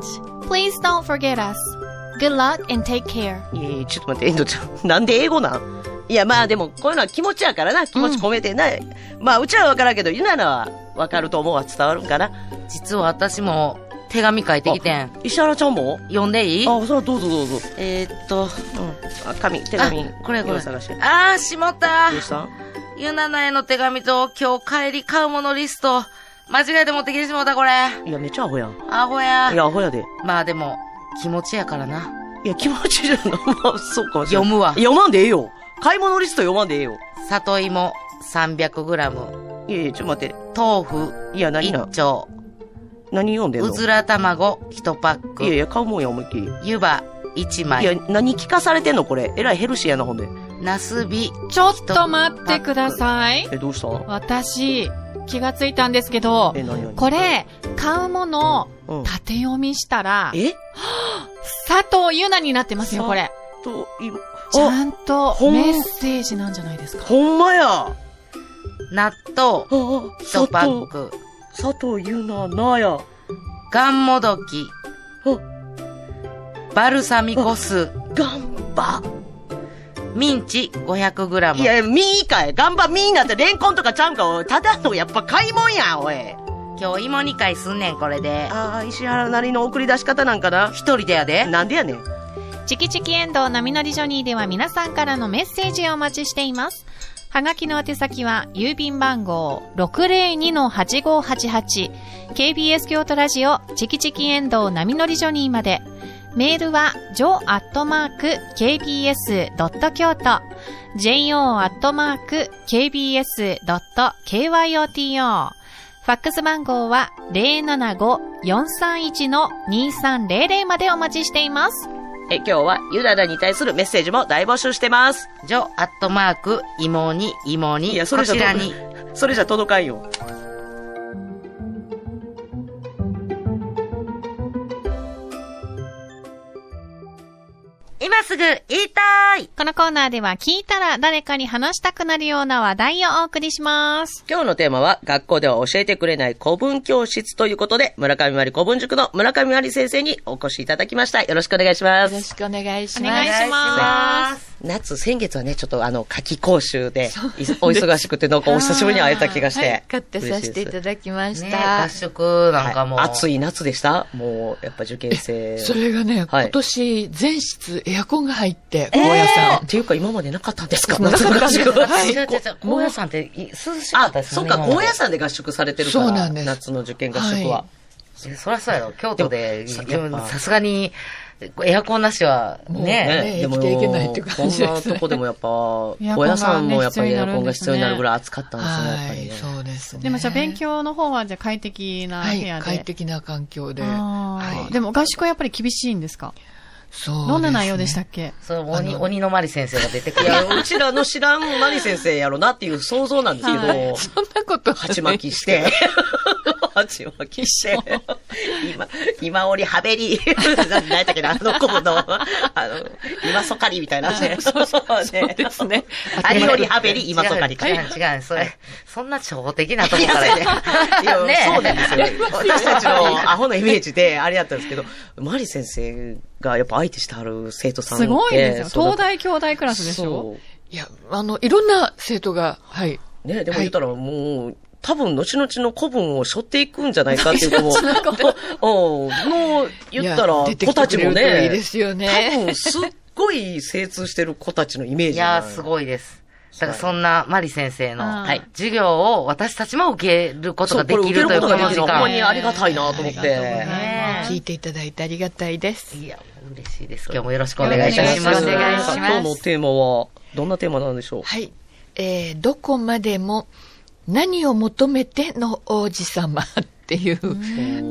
E: Please don't forget us. Good luck and take care.
C: いやちょっと待って、エンドちゃん。 なんで英語なんいや、まあでも、こういうのは気持ちやからな。気持ち込めてない。まあ、うちはわからんけど、ゆなアナはわかると思うわ。伝わるんかな。
D: 実は私も手紙書いてきてん。
C: 石原ちゃんも
D: 読んでいい
C: あ、それはどうぞどうぞ。
D: えーっと、
C: あ、紙、手紙。
D: あこれこ
C: 今
D: れ。
C: 探して。
D: あー、しまった
C: どう。したん
D: ゆななへの手紙と今日帰り買うものリスト、間違えて持ってきてしまったこれ。
C: いや、めっちゃアホやん。い
D: アホや。
C: や、アホやで。
D: まあでも、気持ちやからな。
C: いや、気持ちいいじゃん。まあ、そうかもしれ
D: 読
C: ない。
D: むわ。
C: 読まんでええよ。買い物リスト読まんでええよ。
D: 里芋 300g、
C: いやいや、ちょっと待って。
D: 豆腐
C: いや、何な
D: 1。丁、
C: 何読んでんの
D: うずら卵1パッ
C: いやい
D: ク、
C: や、買うもんや、思いっきり。
D: 湯葉1
C: いや
D: 枚、、
C: 何聞かされてんのこれ。えらいヘルシーやな、ほんで。
D: なすび、
E: ちょっと待ってください。
C: え、どうしたん
E: 私、気がついたんですけど
C: え、、何何
E: これ、買うものを
C: うん。
E: 縦読みしたら、
C: え
E: 佐藤ゆなになってますよ、これ。
C: と、今、
E: ち
C: あ、
E: ゃんと
C: ほん
E: メッセージなんじゃないですか。
C: ほんまやあ、
D: 納豆
C: あ
D: 1パッ
C: 佐
D: ク、
C: 藤、佐藤ゆな、なや。
D: がんもどき、バルサミコ酢、
C: 頑張。
D: ミンチ
C: い
D: 500g、
C: や、みーかい。頑張、みーなんて、レンコンとかちゃうんか、おい。ただの、やっぱ買いもんやん、おい。
D: 今日芋2回すんねんこれで。
C: ああ、石原なりの送り出し方なんかな。
D: 一人でやで。
C: なんでやねん。
E: チキチキエンドウ波乗りジョニーでは皆さんからのメッセージをお待ちしています。はがきの宛先は郵便番号 602-8588KBS 京都ラジオチキチキエンドウ波乗りジョニーまで。メールは jo.kbs.kyoto jo.kbs.kyoto ファックス番号は075-431-2300までお待ちしています。
C: え、今日は、ゆならに対するメッセージも大募集してます。
D: ジョアットマーク、芋に、芋に、
C: いや、そ
D: こ
C: れじゃ
D: ちらに。
C: 届、それじゃ届かんよ。
D: 今すぐ言いたい
E: このコーナーでは聞いたら誰かに話したくなるような話題をお送りします。
C: 今日のテーマは、学校では教えてくれない古文教室ということで、村上まり古文塾の村上まり先生にお越しいただきました。よろしくお願いしま
F: よろ
C: す。
F: しくお願いし
E: お
F: ま
E: 願い
F: す。
E: します。
D: す。
C: 夏、先月はね、ちょっとあの、夏季講習で、い お忙しくて、なんかお久しぶりに会えた気がして。
F: はい、カットさせていただきまし
D: ね
F: た。
D: 合宿なんかも。
C: はい暑
D: い。
C: い夏でしたもう、やっぱ受験生。
F: それがね、
C: はい
F: 今年全室エアコンが入って、高野さ
C: あっていうか、今までなかったんですか
F: なかったんです
C: 夏の合宿
D: 違う
F: は
D: 違う違う。高野山ってい涼しか
C: あ
D: った、です
C: そ
D: も
C: っ
D: んね。
C: か、
D: 今まで
C: 高野山で合宿されてるから。
F: そうなんです
C: 夏の受験合宿
F: は
C: は。
D: いやそりゃそうやろ。京都で、
C: でも
D: でも
C: やっぱ
D: さすがに、エアコンなしは、
F: もう
D: ね。
F: ね生きていけないって感じですね
C: こんなとこでもやっぱ、
E: エアコンがね
C: 高野山もやっぱりエアコンが必
E: 必
C: 要
E: 要
C: に
E: に
C: な
E: な
C: る
E: る
C: ぐ
E: ぐ
C: らい暑かったんですね、やっぱ
F: は
C: り
F: い、
C: ね。
F: そうですね。
E: でもじゃあ勉強の方はじゃあ快適な
F: は
E: 部
F: い
E: 屋、で。
F: 快適な環境で。
E: あー
F: はい
E: でも合宿はやっぱり厳しいんですか
F: そうですね
E: どんな内容でしたっけ
D: そう、
F: あ
D: 鬼、
F: の
D: 鬼のまり先生が出てく
C: い
D: る。
C: や、うちらの知らん何先生やろなっていう想像なんですけ
E: は
C: ど、
F: そんなことはない
C: 鉢巻きして、 鉢巻きして、今、今折りはべり、 何やったっけな、あの子の、あの、今そかりみたいな ね。そう
F: そうですね。
C: ありよりはべり、今そかりか。
D: 違う、違う、それ、そんな超的なとこから
C: いや
D: やね。
C: そうなんですよ。私たちのアホなイメージで、あれだったんですけど、マリ先生がやっぱ相手してはる生徒さんって
E: すごいです
C: そう
E: よ。東大、兄弟クラスでしょ
C: そう
F: いや、あの、いろんな生徒が、はい。
C: ね、でも
F: はい
C: 言ったらもう、多分、後々の古文を背負っていくんじゃないかっていうのも、 おの、言ったら、
F: いや出て
C: 子
F: き
C: た
F: て
C: ち
F: くれ
C: も
F: ると
C: ね、
F: いいですよね
C: 多分、すっごい精通してる子たちのイメージ
D: い
C: じゃ
D: や
C: な
D: ー、すごいです。だからそんなマリ先生の、
E: あー
D: はい授業を私たちも受けること
C: そ
D: が
C: う、こ
D: で
C: れ
D: き
C: 受け
D: る
C: る
D: という
C: こと
D: こ
C: が
D: の
C: でき
D: 時
C: るのほんまに
D: 間。
C: ありがたいなと思っ
F: ありがとうござい
C: て
F: ま。す
D: ねえ
F: 聞いていただいてありがたいです。
D: いや、嬉しいです。今日もよろしくお願いいたし
E: よろ
D: ま
E: し
D: す。
E: くお願いします
C: 今日のテーマは、どんなテーマなんでしょう
F: はい。えーどこまでも何を求めての王子様っていう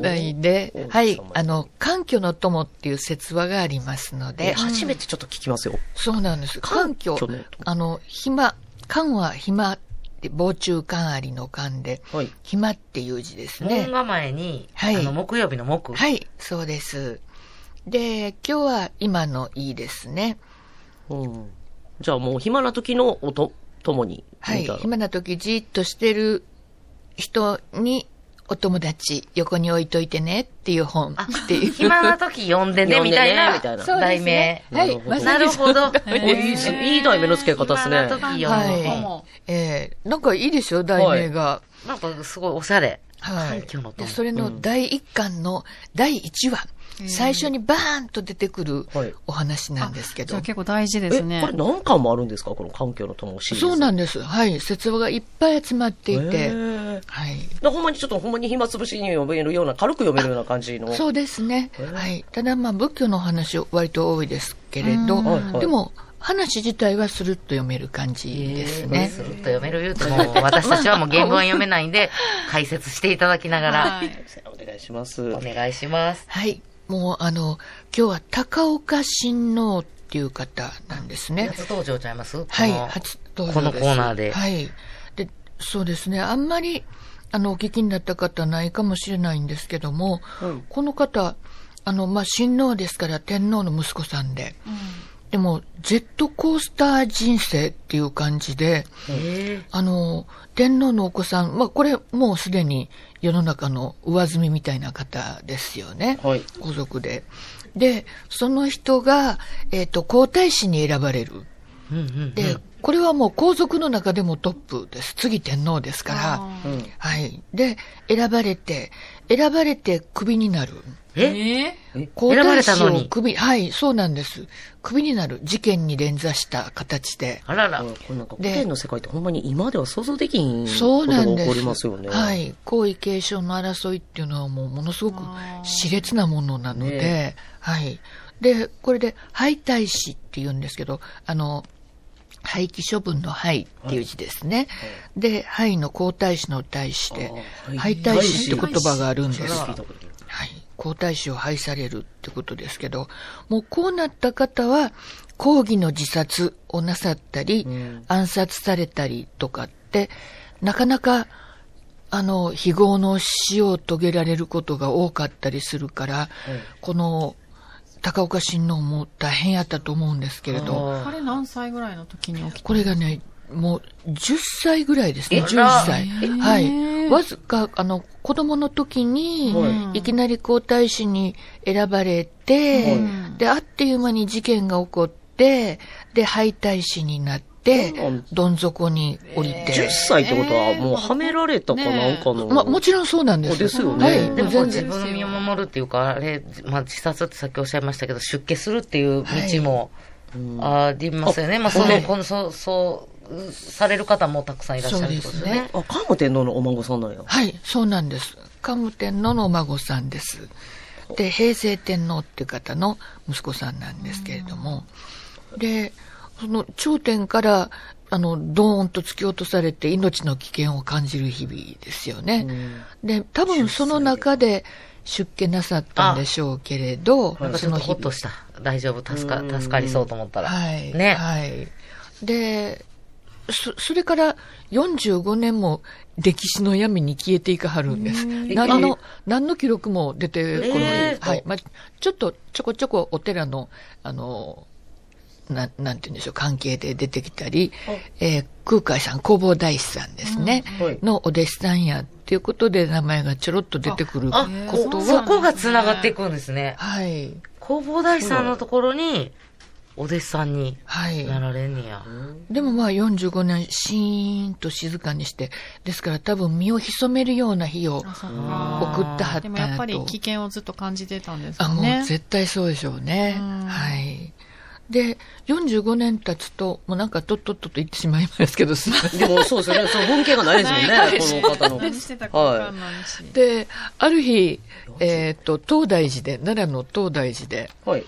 F: 題で、はい
C: 王子様、
F: あの、環境の友っていう説話がありますの
C: え、
F: で、
C: 初めてちょっと聞きますよ。
F: そうなんです。環境
C: 環境の友、
F: あの、暇、間は暇って、防虫間ありの間で、
C: はい。
F: 暇っていう字ですね。
D: 門構えに、
F: はい
D: あの、木曜日の木。
F: はい、そうです。で、今日は今のいいですね。
C: うん。じゃあもう暇な時のおと、ともに。
F: はい、
C: みたいな
F: 暇な時じーっとしてる人にお友達横に置いといてねっていう本っていう。
D: 暇な時呼んで ね、
C: 呼んでね
D: みたいな、
C: みたいな
F: そうで
D: 題
F: す
D: 名
F: ね。。は
C: なる
F: い、
C: ほど
F: ま
D: な
F: さ
D: る
F: にそ
D: ほ
F: う
D: ど。
C: お いいじ、いい題名の付け方です
D: 暇な
C: ね。
D: 時呼んで、
F: は
E: う
F: い。えー、なんかいいですよ、題名が。
D: なんかすごいおしゃれ。
F: は
D: 環境の友
F: でそれの第一巻の第一話、最初にバーンと出てくる
C: はい
F: お話なんですけ
E: じ
F: ど。
E: ゃあ結構大事で
C: え、
E: す
C: こ
E: ね。
C: れ何巻もあるんですかこの環境の友シリーズ。
F: そうなんんです。はい。説話がいっぱい集まっていて。はい。
C: ほんまにちょっとほんまに暇つぶしに読めるような、軽く読めるような感じの。
F: そうですね。はい。ただまあ仏教のお話割と多いですけれ
E: う
F: ど
E: ん
C: はいは、い
F: でも話自体はスルッと読める感じですね。
D: ずっと読める言うと、 もう私たちはもう言語は読めないんで、解説していただきながら
E: は、い
C: お願いします。
D: お願いします。
F: はい。もうあの、今日は高岡親王っていう方なんですね。
D: 初登場ちゃいます
F: はい。
D: この
F: 初登
D: こ
F: 場
D: の
F: です。
D: コーナーで。
F: はい。で、そうですね。あんまり、あの、お聞きになった方ないかもしれないんですけども、この方、あの、まあ、親王ですから天皇の息子さんで、でも、ジェットコースター人生っていう感じで、
D: え
F: あの、天皇のお子さん、まあ、これもうすでに世の中の上積みみたいな方ですよね。
C: はい
F: 皇族で。で、その人が、えっ、と、皇太子に選ばれる。
D: ーうんうん
F: で、これはもう皇族の中でもトップです。次天皇ですから。
E: あ
C: うん。
F: はい。で、選ばれて、選ばれてクビになる。
D: え
E: え
F: 皇
D: 選ば
F: 太
D: れた
F: 子
D: の
F: を
D: に
F: クビ、はい、そうなんです。クビになる。事件に連座した形で。
D: あらら。
C: これなんか古
F: で
C: 典の世界ってほんまに今では想像できん
F: そう
C: ことが
F: な
C: 起
F: んです。
C: こりますよね。
F: はい。皇位継承の争いっていうのはもうものすごく熾烈なものなので、
C: ね
F: はい。で、これで、敗退死って言うんですけど、あの、廃棄処分の廃っていう字ですね。で、廃の皇太子の対して
C: あー、
F: 廃
C: 廃
F: 退死って言葉があるんです。
C: 聞いたことある
F: はい。皇太子を廃されるってことですけど、もうこうなった方は、抗議の自殺をなさったり、
C: ん
F: 暗殺されたりとかって、なかなか、あの、非業の死を遂げられることが多かったりするから、この、高岡親王も大変やったと思うんですけれど、
E: あれ何歳ぐらいの時に起き
F: これがね、もう10歳ぐらいですね、
C: え
F: 11歳。
E: ー
F: はい。わずか、あの、子供の時に、い、きなり皇太子に選ばれて、で、あっという間に事件が起こって、で、敗退子になって
C: うん、
F: どん底に降り
C: 10
F: て。
C: 歳ってことは、もうはめられたかなんかの。
F: まあ、もちろんそうなんです。
C: ですよね
F: はい。
D: でも
F: もう
D: こう
F: 全
D: 自
F: 然。
D: 分を身を守るっていうか、あれ、まあ、自殺ってさっきおっしゃいましたけど、出家するっていう道もありますよね。まあ、そ
F: は
D: の、
F: い
D: この、そう、そう、される方もたくさんいらっしゃるってことです
F: そうです
D: ね
F: ね。
C: あ、桓武天皇のお孫さんなんや。
F: はい、そうなんです。桓武天皇のお孫さんです。で、平成天皇っていう方の息子さんなんですけれども、で、その頂点から、あの、ドーンと突き落とされて命の危険を感じる日々ですよね。で、多分その中で出家なさったんでしょうけれど、
D: なんかち
F: そ
D: ょっ
F: の
D: と
F: 日
D: ほっ
F: 々
D: とした。大丈夫、助か、助かりそうと思ったら。
F: はい。
D: ね。
F: はい。で、そ、それから45年も歴史の闇に消えていかはるんです。何の、何の記録も出てこない。
D: えー
F: はい。まあ、ちょっとちょこちょこお寺の、あの、ななんて言うんでしょう、関係で出てきたり、えー空海さん、工房大師さんですね、
C: はい
F: のお弟子さんやっていうことで名前がちょろっと出てくる
D: あ
E: ー、
F: こ
D: ことう
E: そうな
D: そ
E: ん
F: は、
E: ですね
D: こが繋がっていくんですね。
F: はい、
D: 弘法大師さんのところに、お弟子さんに
F: はい。
D: なられんねや。
F: でもまあ45年シーンと静かにして、ですから多分身を潜めるような日を送っ
E: 送
F: たはった
E: で
F: ん
E: もやっぱ
F: や
E: り
F: と。
E: 危険をずっと感じてたんです
F: あ、
E: よ
F: も
E: ね。
F: う絶対そうでしょうね。
E: うん
F: はい。で、45年経つと、もうなんかとっとっとと言ってしまいます けど、すいません
C: でもそうですよね。その文献がないですもん
E: はい
C: ね、この方の。
E: 何してたかわかんないし。
F: で、ある日、えっ、と、東大寺で、奈良の東大寺で、
C: はい。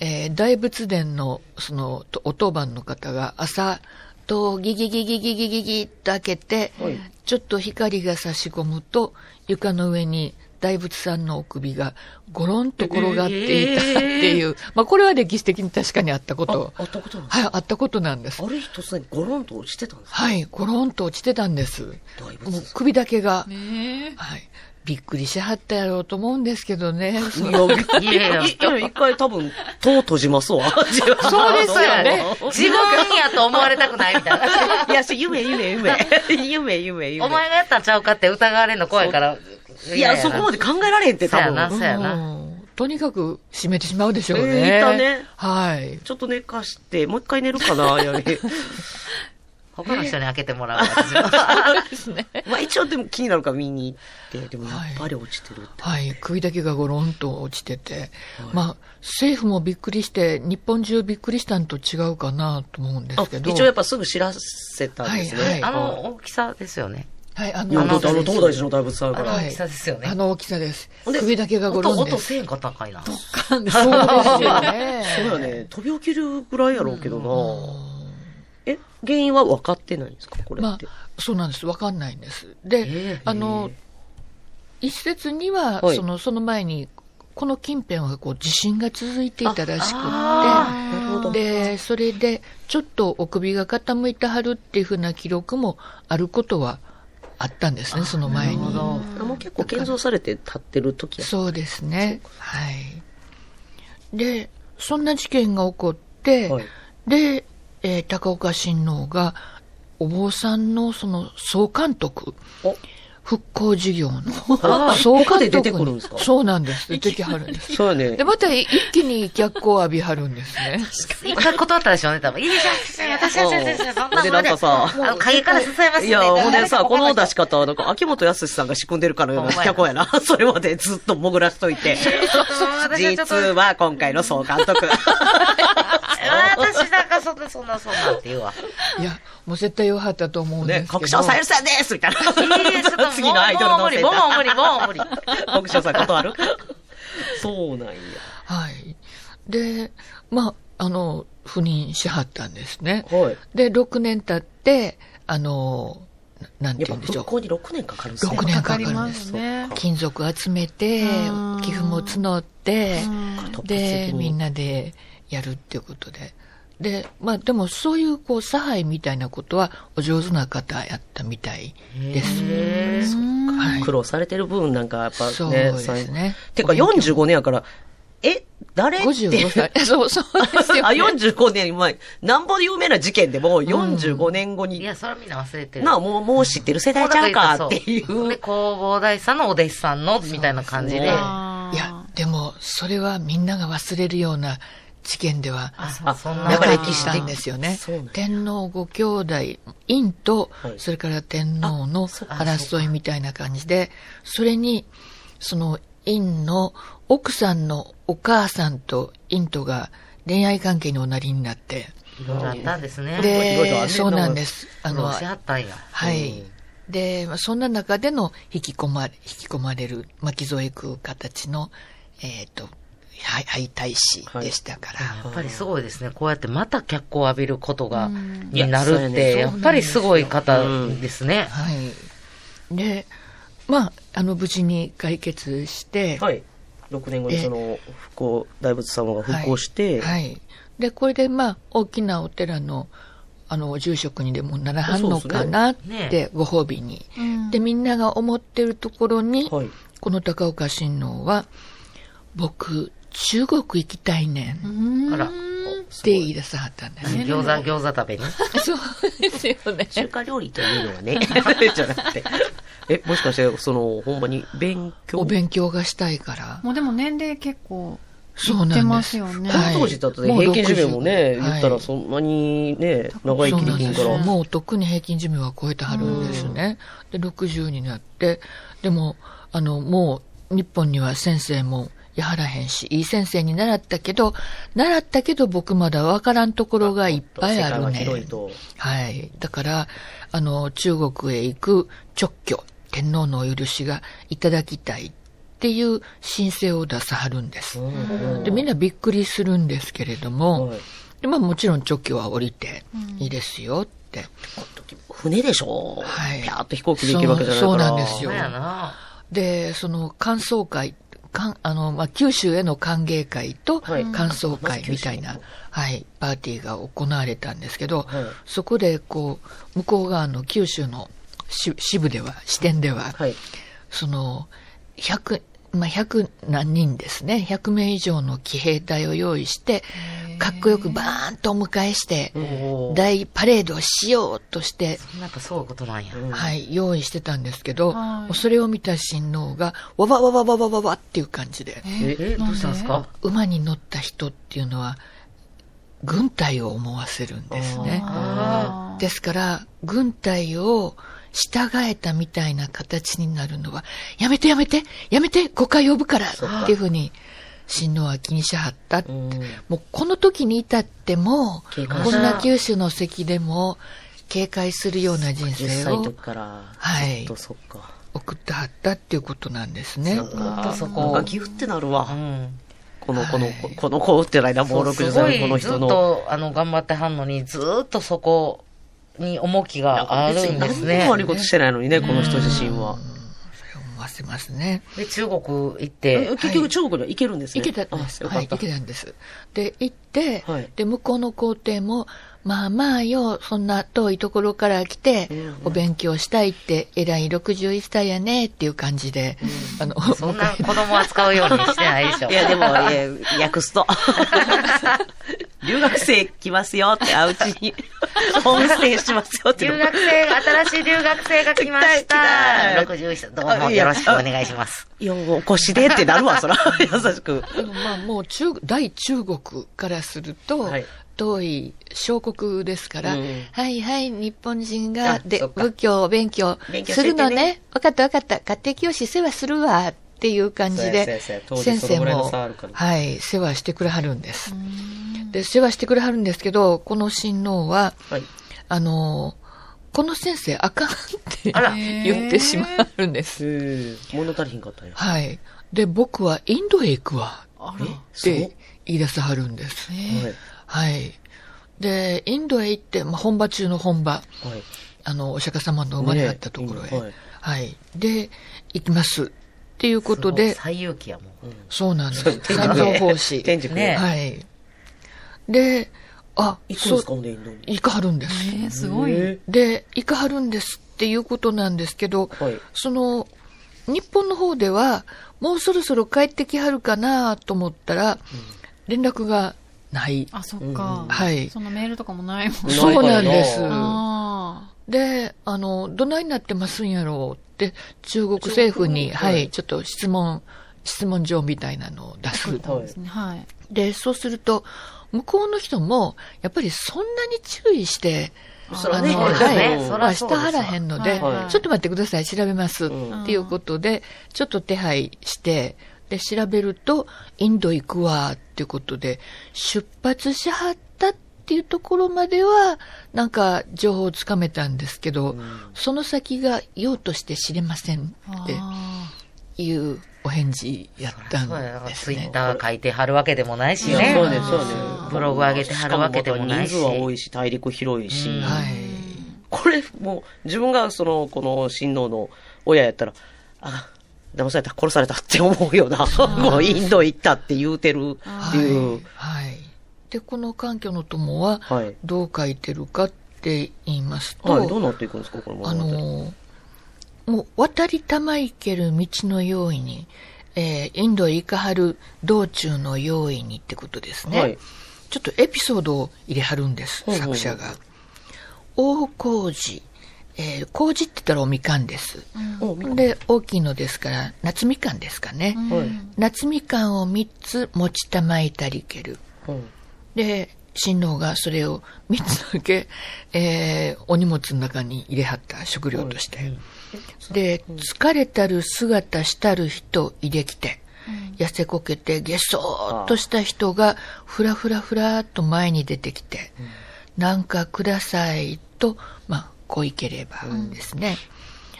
F: えー大仏殿の、その、とお当番の方が朝、とギギギギギギギギっと開けて、ちょっと光が差し込むと、床の上に大仏さんのお首がゴロンと転がっていたっていう、まあこれは歴史的に確かにあったこと、
C: あったことなんです
F: はい、あったことなんです
C: あ。る日突然ゴロンと落ちてたんです
F: はい、ゴロンと落ちてたんです。
C: 大仏
F: もう首だけが、はい、びっくりしはったやろうと思うんですけどね。そ
C: いや、いやいや、一回多分、戸を閉じますわ。そうです
D: そうやね。自分やと思われたくないみたいな。
C: いや、し夢、夢、夢。夢、夢、夢。
D: お前がやったんちゃうかって疑われるの怖いから。
C: いや、そこまで考えられへんって、
D: そ
C: 多
D: うやな、そ
C: 分。
D: うやな。
F: うんとにかく閉めてしまうでしょうね。
C: えーいたね
F: はい。
C: ちょっと寝かして、もう一回寝るかな、やれ。
D: 他の人に開けてもらう私は。
C: まあ一応でも気になるから見に行って、でもやっぱり落ちてるって。
F: はい。首だけがゴロンと落ちてて。まあ、政府もびっくりして、日本中びっくりしたんと違うかなと思うんですけ
C: あ
F: ど。
C: 一応やっぱすぐ知らせたんですね。
F: はいはい
D: あの大きさですよね。
F: はい、あ
C: いや、
F: の、
C: だってあの、
F: 大きさ
C: 東大寺の大仏さんや
D: あ
C: か
D: の
C: ら。
F: はい
D: 大きさですよね
F: あ。の大きさです。
C: ほんで
F: 首だけがゴ
D: 音、
F: ロン
D: 音
F: です。
D: せんか高いな。
F: そうですよね。
C: そうやね、飛び起きるぐらいやろうけどな。え、原因は分かってないんですかこれ
F: ま
C: って。
F: あ、そうなんです。わかんないんです。で、
C: え
F: あの、一説には、
C: はい
F: その、その前に、この近辺はこう地震が続いていたらし
C: なるほ
F: く
C: ど
F: って、で、それで、ちょっとお首が傾いてはるっていうふうな記録もあることはあったんですね、その前に。
C: あもう結構建造されて立ってる時やった。
F: そうですね。はい。で、そんな事件が起こって、
C: はい
F: で、えー高岡親王が、お坊さんのその総監督
C: お、
F: 復興事業の
C: あー
F: 総監
C: ここ
F: 督
C: で
F: に
C: 出てくるんですか
F: そうなんです。出てきはるんです。
C: そうやね
F: で、。また一気に脚光を浴びはるんで すね。
D: 一回断ったでしょうね、多分。いやいやいや、私は私はそんな
C: で、なんかさ、
D: あの、影から支えます
C: いや、ほ
D: よ
C: ん
D: ね。
C: でさ、この出し方は、なんか、秋元康さんが仕組んでるかのような
D: ほんまや
C: 脚本やな。 それまでずっと潜らしといて。
D: 私はちょっ
C: 実
D: と、
C: は、今回の総監督。
D: 私なんかそんな、そんな、そんなって言うわ。
F: いや、もう絶対よかったと思うんです
C: ね
F: け、ど。
C: 国章さゆりさんですみたい
D: いやいやちょっとも
C: な。
D: う
C: 次のアイドルの
D: もう無理、もう無理、もう無理。
C: 国章さん断るそうなんや。
F: はい。で、まあ、あの、赴任しはったんですね。
C: はい。
F: で、6年経って、あの、ななんて
C: や
F: 言う
C: っぱ
F: んでしょ
C: 復興
F: う。
C: に6年かかるんですね。
F: 六年
E: わ
F: かか
E: か
F: る
E: り
F: ん
E: ま
F: ですす
E: ね。
F: 金属集めて
E: うん、
F: 寄付も募って、
E: うん
C: 突発
F: で、
C: 的に
F: みんなでやるっていうことで。で、まあでもそういうこう、差配みたいなことはお上手な方やったみたいです。はい
C: 苦労されてる分なんかやっぱ
F: そう
C: ね、
F: ですね
C: さてか45年やから、え、誰って
F: 55歳。 そう、そうですよ、ね。
C: あ、45年前、なんぼで有名な事件でも45年後
D: い
C: に、
D: や、それはみんな忘れてる。
C: なあ、もう、もう知ってる世代ちゃうかってい
D: そうで、
C: う。
D: 工房大さんのお弟子さんの、みたいな感じ
C: そう
D: で
C: です。ね
E: あー
F: いや、でも、それはみんなが忘れるような事件では
C: あ、
D: そんな
F: なか
C: や
F: っ
C: っぱ
F: た
C: 歴史的
F: んですよね
C: そうなんや。
F: 天皇ご兄弟、院と
C: は、い
F: それから天皇の争いみたいな感じで、それに、その院の奥さんのお母さんと院とが恋愛関係におなりになって、
D: いろいろあったんですね。
C: いろいろあんねんな
F: で、そうなんです。あ
D: 苦労
F: の、
D: しはったんや。
F: はい。で、まあそんな中での引き込まれ、引き込まれる、巻き添え食う形の、えっ、と、はい敗退死でしたから、
D: やっぱりすごいですね。こうやってまた脚光を浴びることが、にない
C: や
D: る
C: そう
D: っ
C: やね
D: て、やっぱりすごい方ですね。
F: はい。で、まあ、あの、無事に解決して、
C: はい。6年後に
F: で
C: その、復興、大仏様が復興して、
F: はい。はいで、これで、まあ、大きなお寺の、あの、住職にでもならはんのかなっ
D: そうですね
F: て、ご褒美に。
E: うん
F: で、みんなが思ってるところに、
C: はい
F: この高岡親王は、僕、中国行きたいねん
D: あら、
F: って言い出さはったんです。
D: 餃子、餃子食 べに。
F: そうですよね。
C: 中華料理というのはね、じゃなくて。え、もしかして、その、ほんまに勉強
F: お勉強がしたいから。
E: もうでも年齢結構、
F: そうなんです。
E: 言ってますよね
C: この当時だとね、平均寿命もね、言ったら
F: う
C: そんなにね、長生
F: そう
C: きで
F: なん
C: き
F: で
C: ん
F: す
C: から。
F: よ。もうとっくに平均寿命は超えてはるんですね。で、60になって、でも、あの、もう、日本には先生もやはらへんし、いい先生に習ったけど、習ったけど僕まだわからんところがいっぱいあ
C: 世
F: る
C: 界は
F: ね。
C: 広いと。
F: はい。だから、あの、中国へ行く直居、天皇のお許しがいただきたいっっていう申請を出さはるんです。で、みんなびっくりするんですけれども、でまあもちろん直帰は降りていいですよって。
C: 船でしょ
F: はい
C: ピャーっと飛行機で行けるわけじゃないから。
F: そうそうなんですよ
D: そうやな。
F: で、その感想会、かんあの、まあ、九州への歓迎会と
C: はい
F: 感想会みたいな、はい、パーティーが行われたんですけど、
C: はい
F: そこで、こう、向こう側の九州の支支部では、支店では、
C: はい。
F: その、100、まあ、100何人ですね、100名以上の騎兵隊を用意して、かっこよくバーンとお迎えして、
C: おー
F: 大パレードをしようとして、
D: やっぱそういうことなんや。
F: はい、用意してたんですけど、
E: はい
F: もうそれを見た親王が、わわわわわわわわっていう感じで、
C: え、えどうしたんですか
F: 馬に乗った人っていうのは、軍隊を思わせるんですね。
E: あ
F: ですから、軍隊を従えたみたいな形になるのは、やめてやめてやめて誤解呼ぶからっていうふうに、親王は気にしはったって。
C: うん
F: もうこの時に至っても、
C: 警戒
F: こんな九州の席でも、警戒するような人
C: 10
F: 生
C: 歳の
F: を
C: 時から。
F: はい
C: ちょっとそっか。
F: 送ってはったっていうことなんですね。
C: なんか
D: そこ
C: なんかギュってなるわ。
D: うん。
C: この、この、
F: はい
C: ここの子ってないな、もう
D: す
C: 60
D: ご
C: 歳のこの
D: い、ず
C: 人
D: っ
C: の。
D: と、あの、頑張ってはんのに、ずっとそこに重きがあ
C: 別
D: る
C: に
D: んで
C: 何
D: す
C: に
D: ね
C: も。悪いことしてないのにね、この人自身は。
F: 思わせますね。
D: で、中国行っ
C: え
D: て、
C: 結局中国には行けるんですね。
F: 行けたんです。
C: あよ
F: は
C: か
F: い、
C: っ
F: 行
C: た
F: け。たんです。で、行って、
C: はい
F: で、向こうの皇帝も、まあまあよ、そんな遠いところから来て、お勉強したいって、偉い61歳やねっていう感じで、あの、
D: そんな子供扱うようにしてないでしょ。
C: いや、でも、え訳す と。留学生来ますよって、あうちに、ホームステイしますよって。
D: 留学生が、新しい留学生が来まし
C: 来た
D: た。
C: 来た
D: 61歳、どうもよろしくお願いします。
C: ようお越しでってなるわ、 そら。優しく。
F: でもまあもう中、大中国からすると、
C: はい
F: 遠い小国ですから、
C: うん
F: はいはい、日本人
C: あ
F: が、で
C: そっ、か
F: 仏教を勉強
C: 勉強し
F: す
C: ててね
F: るのね、わかったわかった、家庭教師世話するわ、っていう感じ
C: そうや
F: で
C: そうやそう、や
F: 先
C: 当時その
F: 生
C: ぐらいの
F: も
C: 差あるか、ら
F: はい、世話してくれはるんです。で、世話してくれはるんですけど、この親王は、
C: はい。
F: あの、この先生あかんって
D: あら
F: 言ってしまうんです。
C: 物足りひんかったんや。
F: はい。で、僕はインドへ行くわ。
C: え
F: っ
C: そう
F: て言い出さはるんです。
C: はい。
F: はい。で、インドへ行って、まあ、本場中の本場、
C: はい。
F: あの、お釈迦様の生まれあったところへ、
C: ねえはい
F: はい。で、行きます。っていうことで、
D: 最有機やもん。
F: そうなん で
C: そう
F: す。三蔵法師。
C: 天竺
D: ね
F: はい。で、あ、
C: 行くんですか、
F: そ
C: ほ
F: う
C: んでインドに。
F: 行かはるんです。
E: えー、すごい。
C: え
F: で、行かはるんですっていうことなんですけど、
C: はい
F: その、日本の方では、もうそろそろ帰ってきはるかなと思ったら、連絡がない。
E: あ、そっか。
F: はい
E: そんなメールとかもないもん。
C: ない
F: そうなんです。
C: から
E: あ
F: で、あの、どないなってますんやろうって、中国政府に、
C: は
F: はいい、ちょっと質問、質問状みたいなのを出す。
E: あ。ですね。はい。
F: で、そうすると、向こうの人も、やっぱりそんなに注意して、
C: そらね
F: あ
C: そ
F: の
C: うですね
F: はい、
D: そ
F: 明
D: ら
F: 日
D: そうですわ
F: 払えへんの
E: はい
F: で、
E: はい
F: ちょっと待ってください、調べます、
C: ん
F: っていうことで、ちょっと手配して、で、調べると、インド行くわ、っていうことで、出発しはったっていうところまでは、なんか、情報をつかめたんですけど、その先が用として知れませんっ
E: あ
F: ていうお返事やった
D: そうやなんんか
F: です
D: ツイッ
F: ね。
D: ター書いてはるわけでもないし
C: いや
D: ね。
C: そうです、そうです。
D: ブログ上げてはるわけでもないし
C: しかもまた人数は多いし、大陸広いし。
F: はい。
C: これ、もう、自分がその、この、親王の親やったら、あ、騙された、殺されたって思うよな。こ のインド行ったって言うてるっていう。
F: はい。で、この環境の友は
C: はい、
F: どう書いてるかって言いますと、
C: はい、どうなっていくんですか、この
F: あ
C: 物語。
F: の、もう、渡りたま行ける道の用意に、えーインドへ行かはる道中の用意にってことですね。
C: はい
F: ちょっとエピソードを入れはるんです、
C: ほうほうほう
F: 作者が。大麹。えー、麹って言ったらおみかんです。
C: おみかん
F: で、大きいのですから、夏みかんですかね。
C: はい。
F: 夏みかんを3つ持ちたまいたりける。
C: うん
F: で、親王がそれを3つだけ、えーお荷物の中に入れはった食料として。で、疲れたる姿したる人入れきて、痩せこけてげそーっとした人がふらふらふらーっと前に出てきて、なんかくださいと、まあ、こういければですね。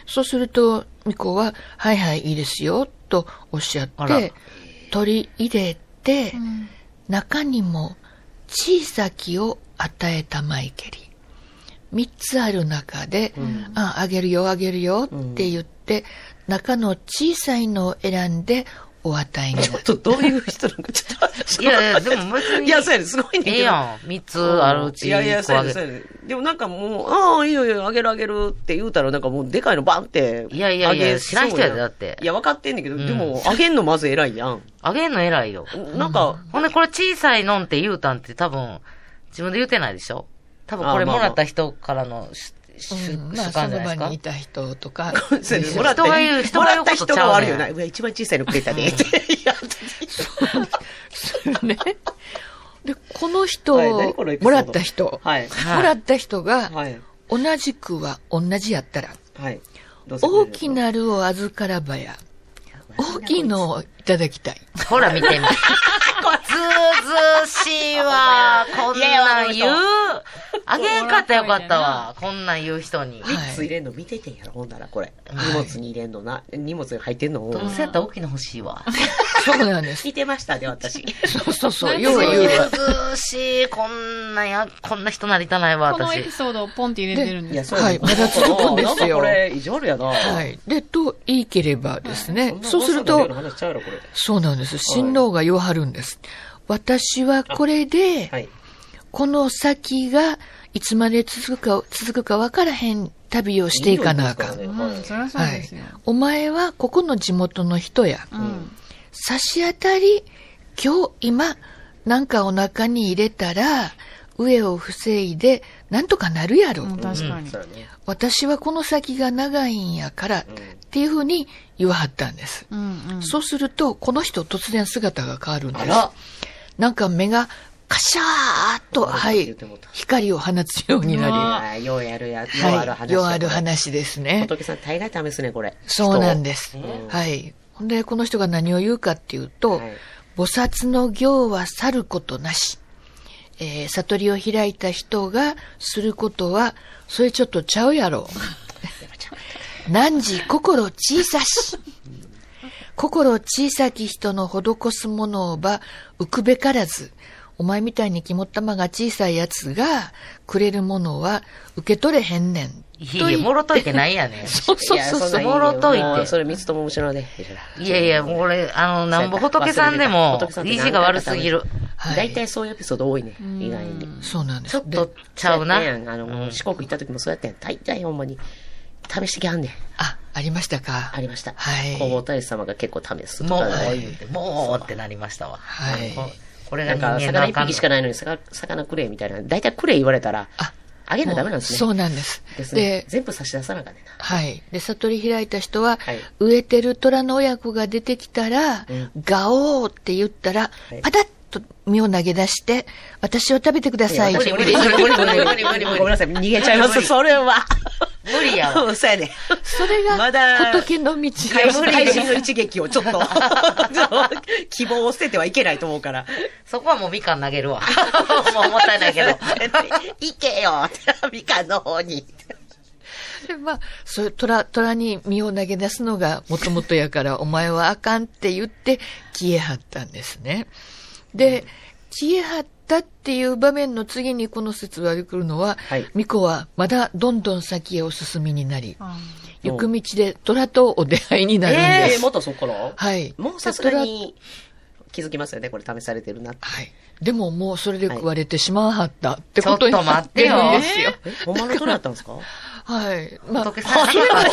F: そうすると、巫女は、はいはい、いいですよ、とおっしゃっ
D: あら
F: て、取り入れて、
E: ん
F: 中にも小さきを与えたまいけり。三つある中で、あ、あげるよ、あげるよって言って、中の小さいのを選んでお与えになる。
C: ちょっとどういう人なんか、ちょっと。
D: いやいや、でも別に。
C: いや、そうやね、すごいねんけど。
D: ええやん。三つあるう
C: い
D: ち一個
C: や
D: あ
C: い
D: げ。
C: や、そうやね、そうやね。でもなんかもう、ああ、いいよいいよ、あげるあげるって言うたら、なんかもう、でかいのバンって。
D: いやいやいや
C: あげそう
D: 知らん人やでだって
C: いや、分かってんねんけど、
D: ん
C: でも、あげんのまず偉いやん。
D: あげんの偉いよ。
C: なんか、
D: ほんで、これ小さいのんって言うたんって多分、自分で言うてないでしょ多分これ
C: あまあ
D: も
C: まあ、
D: らった人からの主主主
F: うんまあ、そ
D: 観じゃないで
F: の場
D: すか
F: にい。た人とか
C: そうやね
F: で
C: もらった
D: 人が言う人が言う
C: もらった
D: こと
C: 人
D: ちゃうね
C: が
D: ん
C: 悪いよな。うわ一番小 さいのくれたで、って。いや、
F: ね。で、この人、
C: はい何このエピソ
F: も
C: ード
F: らった人、
C: はい。
D: はい
F: もらった人が、
C: はい。
F: 同じくは同じやったら、
C: はい。どうぞ
F: 大き。なるを預からばや、大きいのをいただきたい。
D: ほら見てみ。ずうずうしいわ。こんなん言う。あげんかったらよかったわ。こんなん言う人に。
C: ミ
F: はい
C: ッツ入れんの見ててんやろ、ほんなら、これ。
F: い
C: 荷物に入れんのな。荷物に入ってんのを
D: どうせやったら大きいの欲しいわ。
F: そうなんです。
C: 見てましたね、 私。
F: そうそうそう。
E: なんか
F: 要は
E: そう
F: 言
E: いうう
F: わ。
D: ずうずうしい。こんなや、こんな人なりたないわ、
E: このエ
D: 私
E: ピ。ソードをポンって入れてるん
C: い
E: で
C: や、
E: す。
C: そうやね
F: はいまだ続くん ですよ
C: なんかこれ、異常あるやな。
F: は。い。で、と言いければですね、
C: んな
F: そうする
C: おっさんの
F: と
C: 出、話ちゃうやろこれ
F: そうなんです。新郎が言わはるんです。私はこれで、
C: はい。
F: この先がいつまで続くか、続くか分からへん旅をしていかなあかん。
C: いいよ
E: う
C: いい
E: ん、
C: です
E: そ
C: らね
E: りゃそう
F: は
E: で
F: い
E: すよ。。
F: お前はここの地元の人や。
E: うん。
F: 差し当たり、今日、今、なんかお腹に入れたら、上を防いで、なんとかなるやろ。
E: うん、確か
C: はい
E: に。
C: そうやね
F: 私はこの先が長いんやから、っていうふうに言わはったんです。
E: うん、うん。
F: そうすると、この人突然姿が変わるんです
C: あ。ら
F: なんか目が、カシャーっと、は
C: 言
F: い
C: ってもうた、
F: 光を放つように
E: う
F: な
E: わ
C: あーようやるや、よ
F: り、
C: うある
F: は
C: 話。
F: い、ようある。話ですね。
C: 仏さん、大概試すね、これ。
F: そうなん
C: で。
F: です
C: うん。
F: はい。ほんで、この人が何を言うかっていうと、
C: はい
F: 菩薩の行は去ることなし。えー悟りを開いた人がすることは、それちょっとちゃうやろ。何時心小さし。心小さき人の施すものをば、浮くべからず。お前みたいに肝っ玉が小さいやつがくれるものは受け取れへんねん。
D: いやいや、もろといてない やねん。
F: そうそう
C: や
F: そうそう。
C: んなん
D: おもろといて
C: もうそれ、三つとも後ろで。
D: いやいや、もう俺、あの、なんぼ仏さんでも、意地が悪すぎる。
F: はい
C: 大体そういうエピソード多いね、意外に。
F: そうなんです。
D: ちょっ
F: で
D: とちゃうな。
C: そうやったんやんあの、四国行った時もそうやったやん。大体ほんまに、試してきはんねん。
F: あ、ありましたか。
C: ありました。
F: はい
C: 弘法大師様が結構試すと
D: も
C: か
D: う、
C: ね。
D: 言うてもうってなりましたわ。
F: はい
D: ここれ
C: な
D: が
C: ん
D: 人
C: か、
D: 間
C: 魚
D: のあ
C: 一
D: かんの
C: 匹しかないのに、魚魚くれ、みたいな。大体くれ言われたら、
F: あ
C: あげなダメなんですね。
F: そうなんです。
C: ですね
F: で。、
C: 全部差し出さなあかんねんな。
F: はい。で、悟り開いた人は、
C: はい
F: 植えてる虎の親子が出てきたら、
C: うん
F: ガオーって言ったら、
C: い
F: パタッと身を投げ出して、私を食べてください。
C: 無理無理無理無理無理無理無理。ごめんなさい、逃げちゃいます、それは。
D: 無理や わ。
C: そうやね。
F: それが、
C: まだ
F: 仏の道。
C: 会心会心の一撃をちょっと、ちょっと希望を捨ててはいけないと思うから。
D: そこはもうみかん投げるわ。 もうもったいな いけど。
C: 行けよミカの方に。
F: でまあ、そういう虎、虎に身を投げ出すのがもともとやから、お前はあかんって言って、消えはったんですね。で、消えはったっていう場面の次にこの説が出てくるのは、
C: はい
F: 巫女はまだどんどん先へお進みになり、
E: あ
F: 行く道で虎とお出会いになるんです。
C: えー、もっとそこから
F: はい。
C: もうさすがに気づきますよね、これ試されてるなって。
F: はい。でももうそれで食われてしまわはったってことに
D: ちょっと
F: な
D: 待
F: っ
D: って
F: て
D: よ
F: るんですよ。
C: え、ほんまのトラだったんですか
F: はい。まあ、
D: 仏さん、
C: いや、大変そ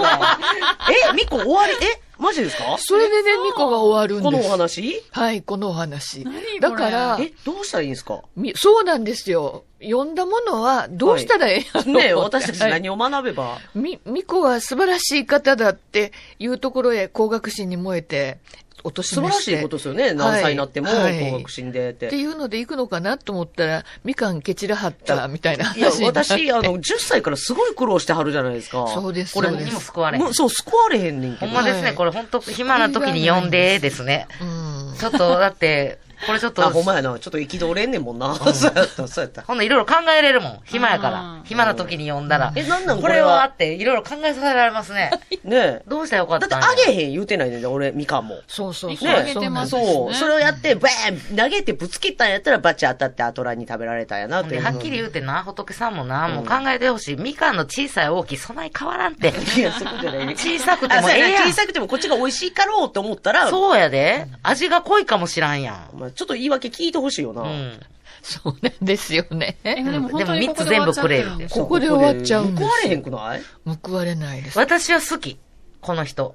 C: れ。え、ミコ終わり、え、マジですか
F: それでね、巫女が終わる
C: こ
F: ん
C: の
F: で
C: お
F: す。
C: 話
F: はい、このお話。
E: れ
F: だから、
C: え、どうしたらいいんですか
F: みそうなんですよ。読んだものはどうしたらええやろうって、
C: ねえ私たち
F: はい
C: 何を学べば、
F: み、みこは素晴らしい方だっていうところへ工学心に燃えて、落とし
C: 素晴
F: ま
C: ら
F: し。
C: していことですよね。何歳になっても、
F: はい
C: 高学心でって。
F: っていうので行くのかなと思ったら、みかん蹴散らはったみたいない
C: や
F: 話、になって
C: 私、あの、10歳からすごい苦労してはるじゃないですか。
F: そうです
C: これ、
F: そう
D: 何
F: で
D: にも
F: す
D: 救われへん
C: もう。そう、救われへんねんけ
D: ほ
C: ど
D: ん。まです
F: は
D: ね、
F: い
D: これ本当暇な時に読んでですね。
F: うん。
D: ちょっと、だって、これちょっと
C: あ、、ほんまやな。ちょっと憤れんねんもんな。 そうやった、そうやった。
D: ほんでいろいろ考えれるもん。暇やか
A: うん
D: ら。暇な時に呼んだら。
C: えなんなん
D: こ
C: これ
D: れ
C: は
D: はって、いろいろ考えさせられますね。
C: ねえ。
D: どうしたらよかっ
C: だった
D: ん
C: て
D: や
C: あげへん言うてないねんで、俺、みかんも。
F: そうそう
E: 一
F: そ
E: 個
F: う。
E: あげてますね
C: そう。それをやって、バーン投げてぶつけたんやったら、バチ当たってアトラに食べられたんやな、
D: ほん
C: とい
D: で
C: う。
D: はっきり言うてな、仏さんもな、もう考えてほしい。みかんの小さい大きい、そない変わらんって。
C: いや、そこじゃないね。
D: 小さくて
C: あ
D: も
C: そう
D: え
C: や
D: え
C: な
D: やん
C: 小。さくてもこっちが美味しいかろうと思ったら、
D: そうやで。味が濃いかもしらんや
C: まあ、ちょっと言い訳聞いてほしいよな。
D: ん。うん。
F: そうなんですよね。
E: えでも本当にここで
D: で
E: 終
D: も三つ全部
E: わっちゃってるん
D: くれ
E: で
D: る
E: す。
F: ここで終わっちゃうんで
C: 報
F: す
C: われへんくない
F: 報われないです。
D: 私は好き。この人。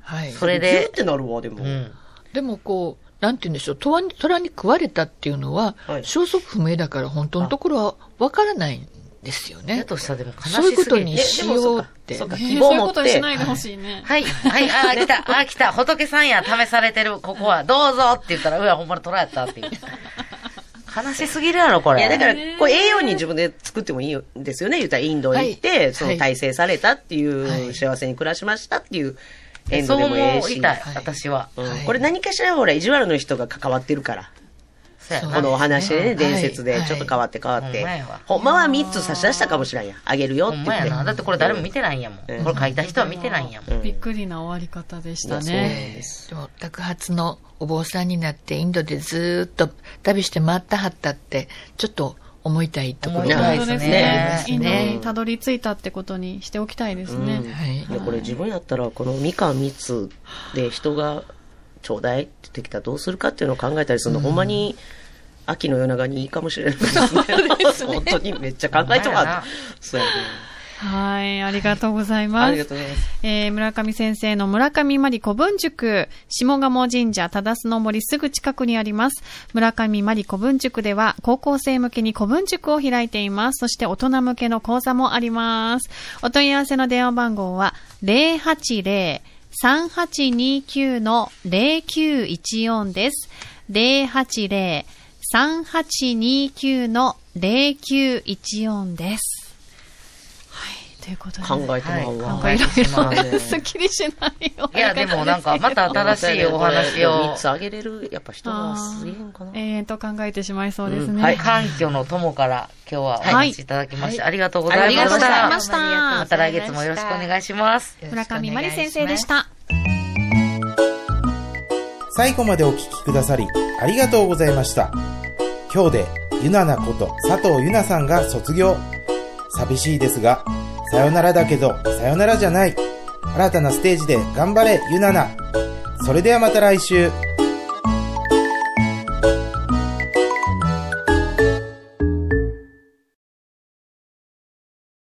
F: はい。
D: それ
C: ギュ
D: で
C: っ。てなるわ、でも。
D: うん。
F: でもこう、なんて言うんでしょう、虎に虎に食われたっていうのは、
C: はい
F: 消息不明だから本当のところはわからないんですよ
D: だ
F: ね。
D: としたらでも悲しす
F: そう
D: ぎ
F: いう
D: る
F: ことに
C: え
F: しようって
C: でもそうかそう。か
E: え
C: 希
E: ー
C: 望
E: そ
C: を
E: ういう
C: 持っ
E: こ
C: て
E: とにしないでほしいね。
D: はい、はい、あー、来た、あー、来た、仏さんや、試されてる、ここは、どうぞって言ったら、うわ、ほんまに虎やったっていう。悲しすぎるやろ、こ
C: い
D: れ。
C: や、だから、こう、栄養に自分で作ってもいいんですよね。言うたら、インド行って、
F: はい
C: その、体制されたっていう、
F: はい
C: 幸せに暮らしましたっていう、エン
D: そ
C: ド
D: う
C: で
D: 思
C: もええ
D: い
C: し。
D: たい、
F: はい
D: 私は。
C: うん
F: はい
C: これ何かしら、ほら、意地悪の人が関わってるから。
D: そうや
F: そう
D: な
C: このお話で
F: は
C: ね、
F: い
C: 伝説で、ちょっと変わって変わっ
D: ほん
C: て
D: まやわ。
C: ほんまは3つ差し出したかもしれんや。あげるよっ
D: ほ
C: て
D: ん
C: 言
D: ま
C: って。
D: やな。だってこれ誰も見てないんやもん。こ
C: うん
D: れ書いた人は見てないんやもん。
C: うん
E: びっくりな終わり方でした
C: いやそう
E: ね。
F: えーでも、宅発のお坊さんになって、インドでずーっと旅して回ったはったって、ちょっと思いたいところ
D: 思いた
F: が
D: い
E: 本当です
C: ね
E: ね。インド
D: ね
E: にたどり着いたってことにしておきたいです
C: うん
E: ね。
F: はい
C: いや、これ自分やったら、このみかん3つで人が、ちょうだいって言ってきたらどうするかっていうのを考えたりするの、ほんまに、秋の夜長にいいかもしれないですね。本当にめっちゃ考えても
D: ほんま
C: ら
D: や
C: っ
D: な
C: て。そうやね。
E: はい、ありがとうござい
C: あ
E: ま
C: り
E: す
C: が。とうございます。
E: えー村上先生の村上真理古文塾、下鴨神社、忠須の森すぐ近くにあります。村上真理古文塾では、高校生向けに古文塾を開いています。そして大人向けの講座もあります。お問い合わせの電話番号は、080-3829-0914です。080-3829-0914です。はい、ということで。
C: 考えてもらうわ。
D: はい考えてしまう
C: ね
E: すっきりしないよ。
D: いや、でもなんか、また新しいお話
C: 3
D: を、
C: つあげれる、やっぱ人がすげえんかな。
E: えーと考えてしまいそうですね。
C: うんは
D: はいい、環境の友から今日はお話しいただきまして、ありがとうございました。
C: ありがとうございま
E: した
D: また来月もよろしくお願いします。
E: 村上真理先生でし。た。
B: 最後までお聞きくださり、ありがとうございました。今日で、ゆななこと佐藤ゆなさんが卒業。寂しいですが、さよならだけど、さよならじゃない。新たなステージで頑張れ、ゆなな。それではまた来週。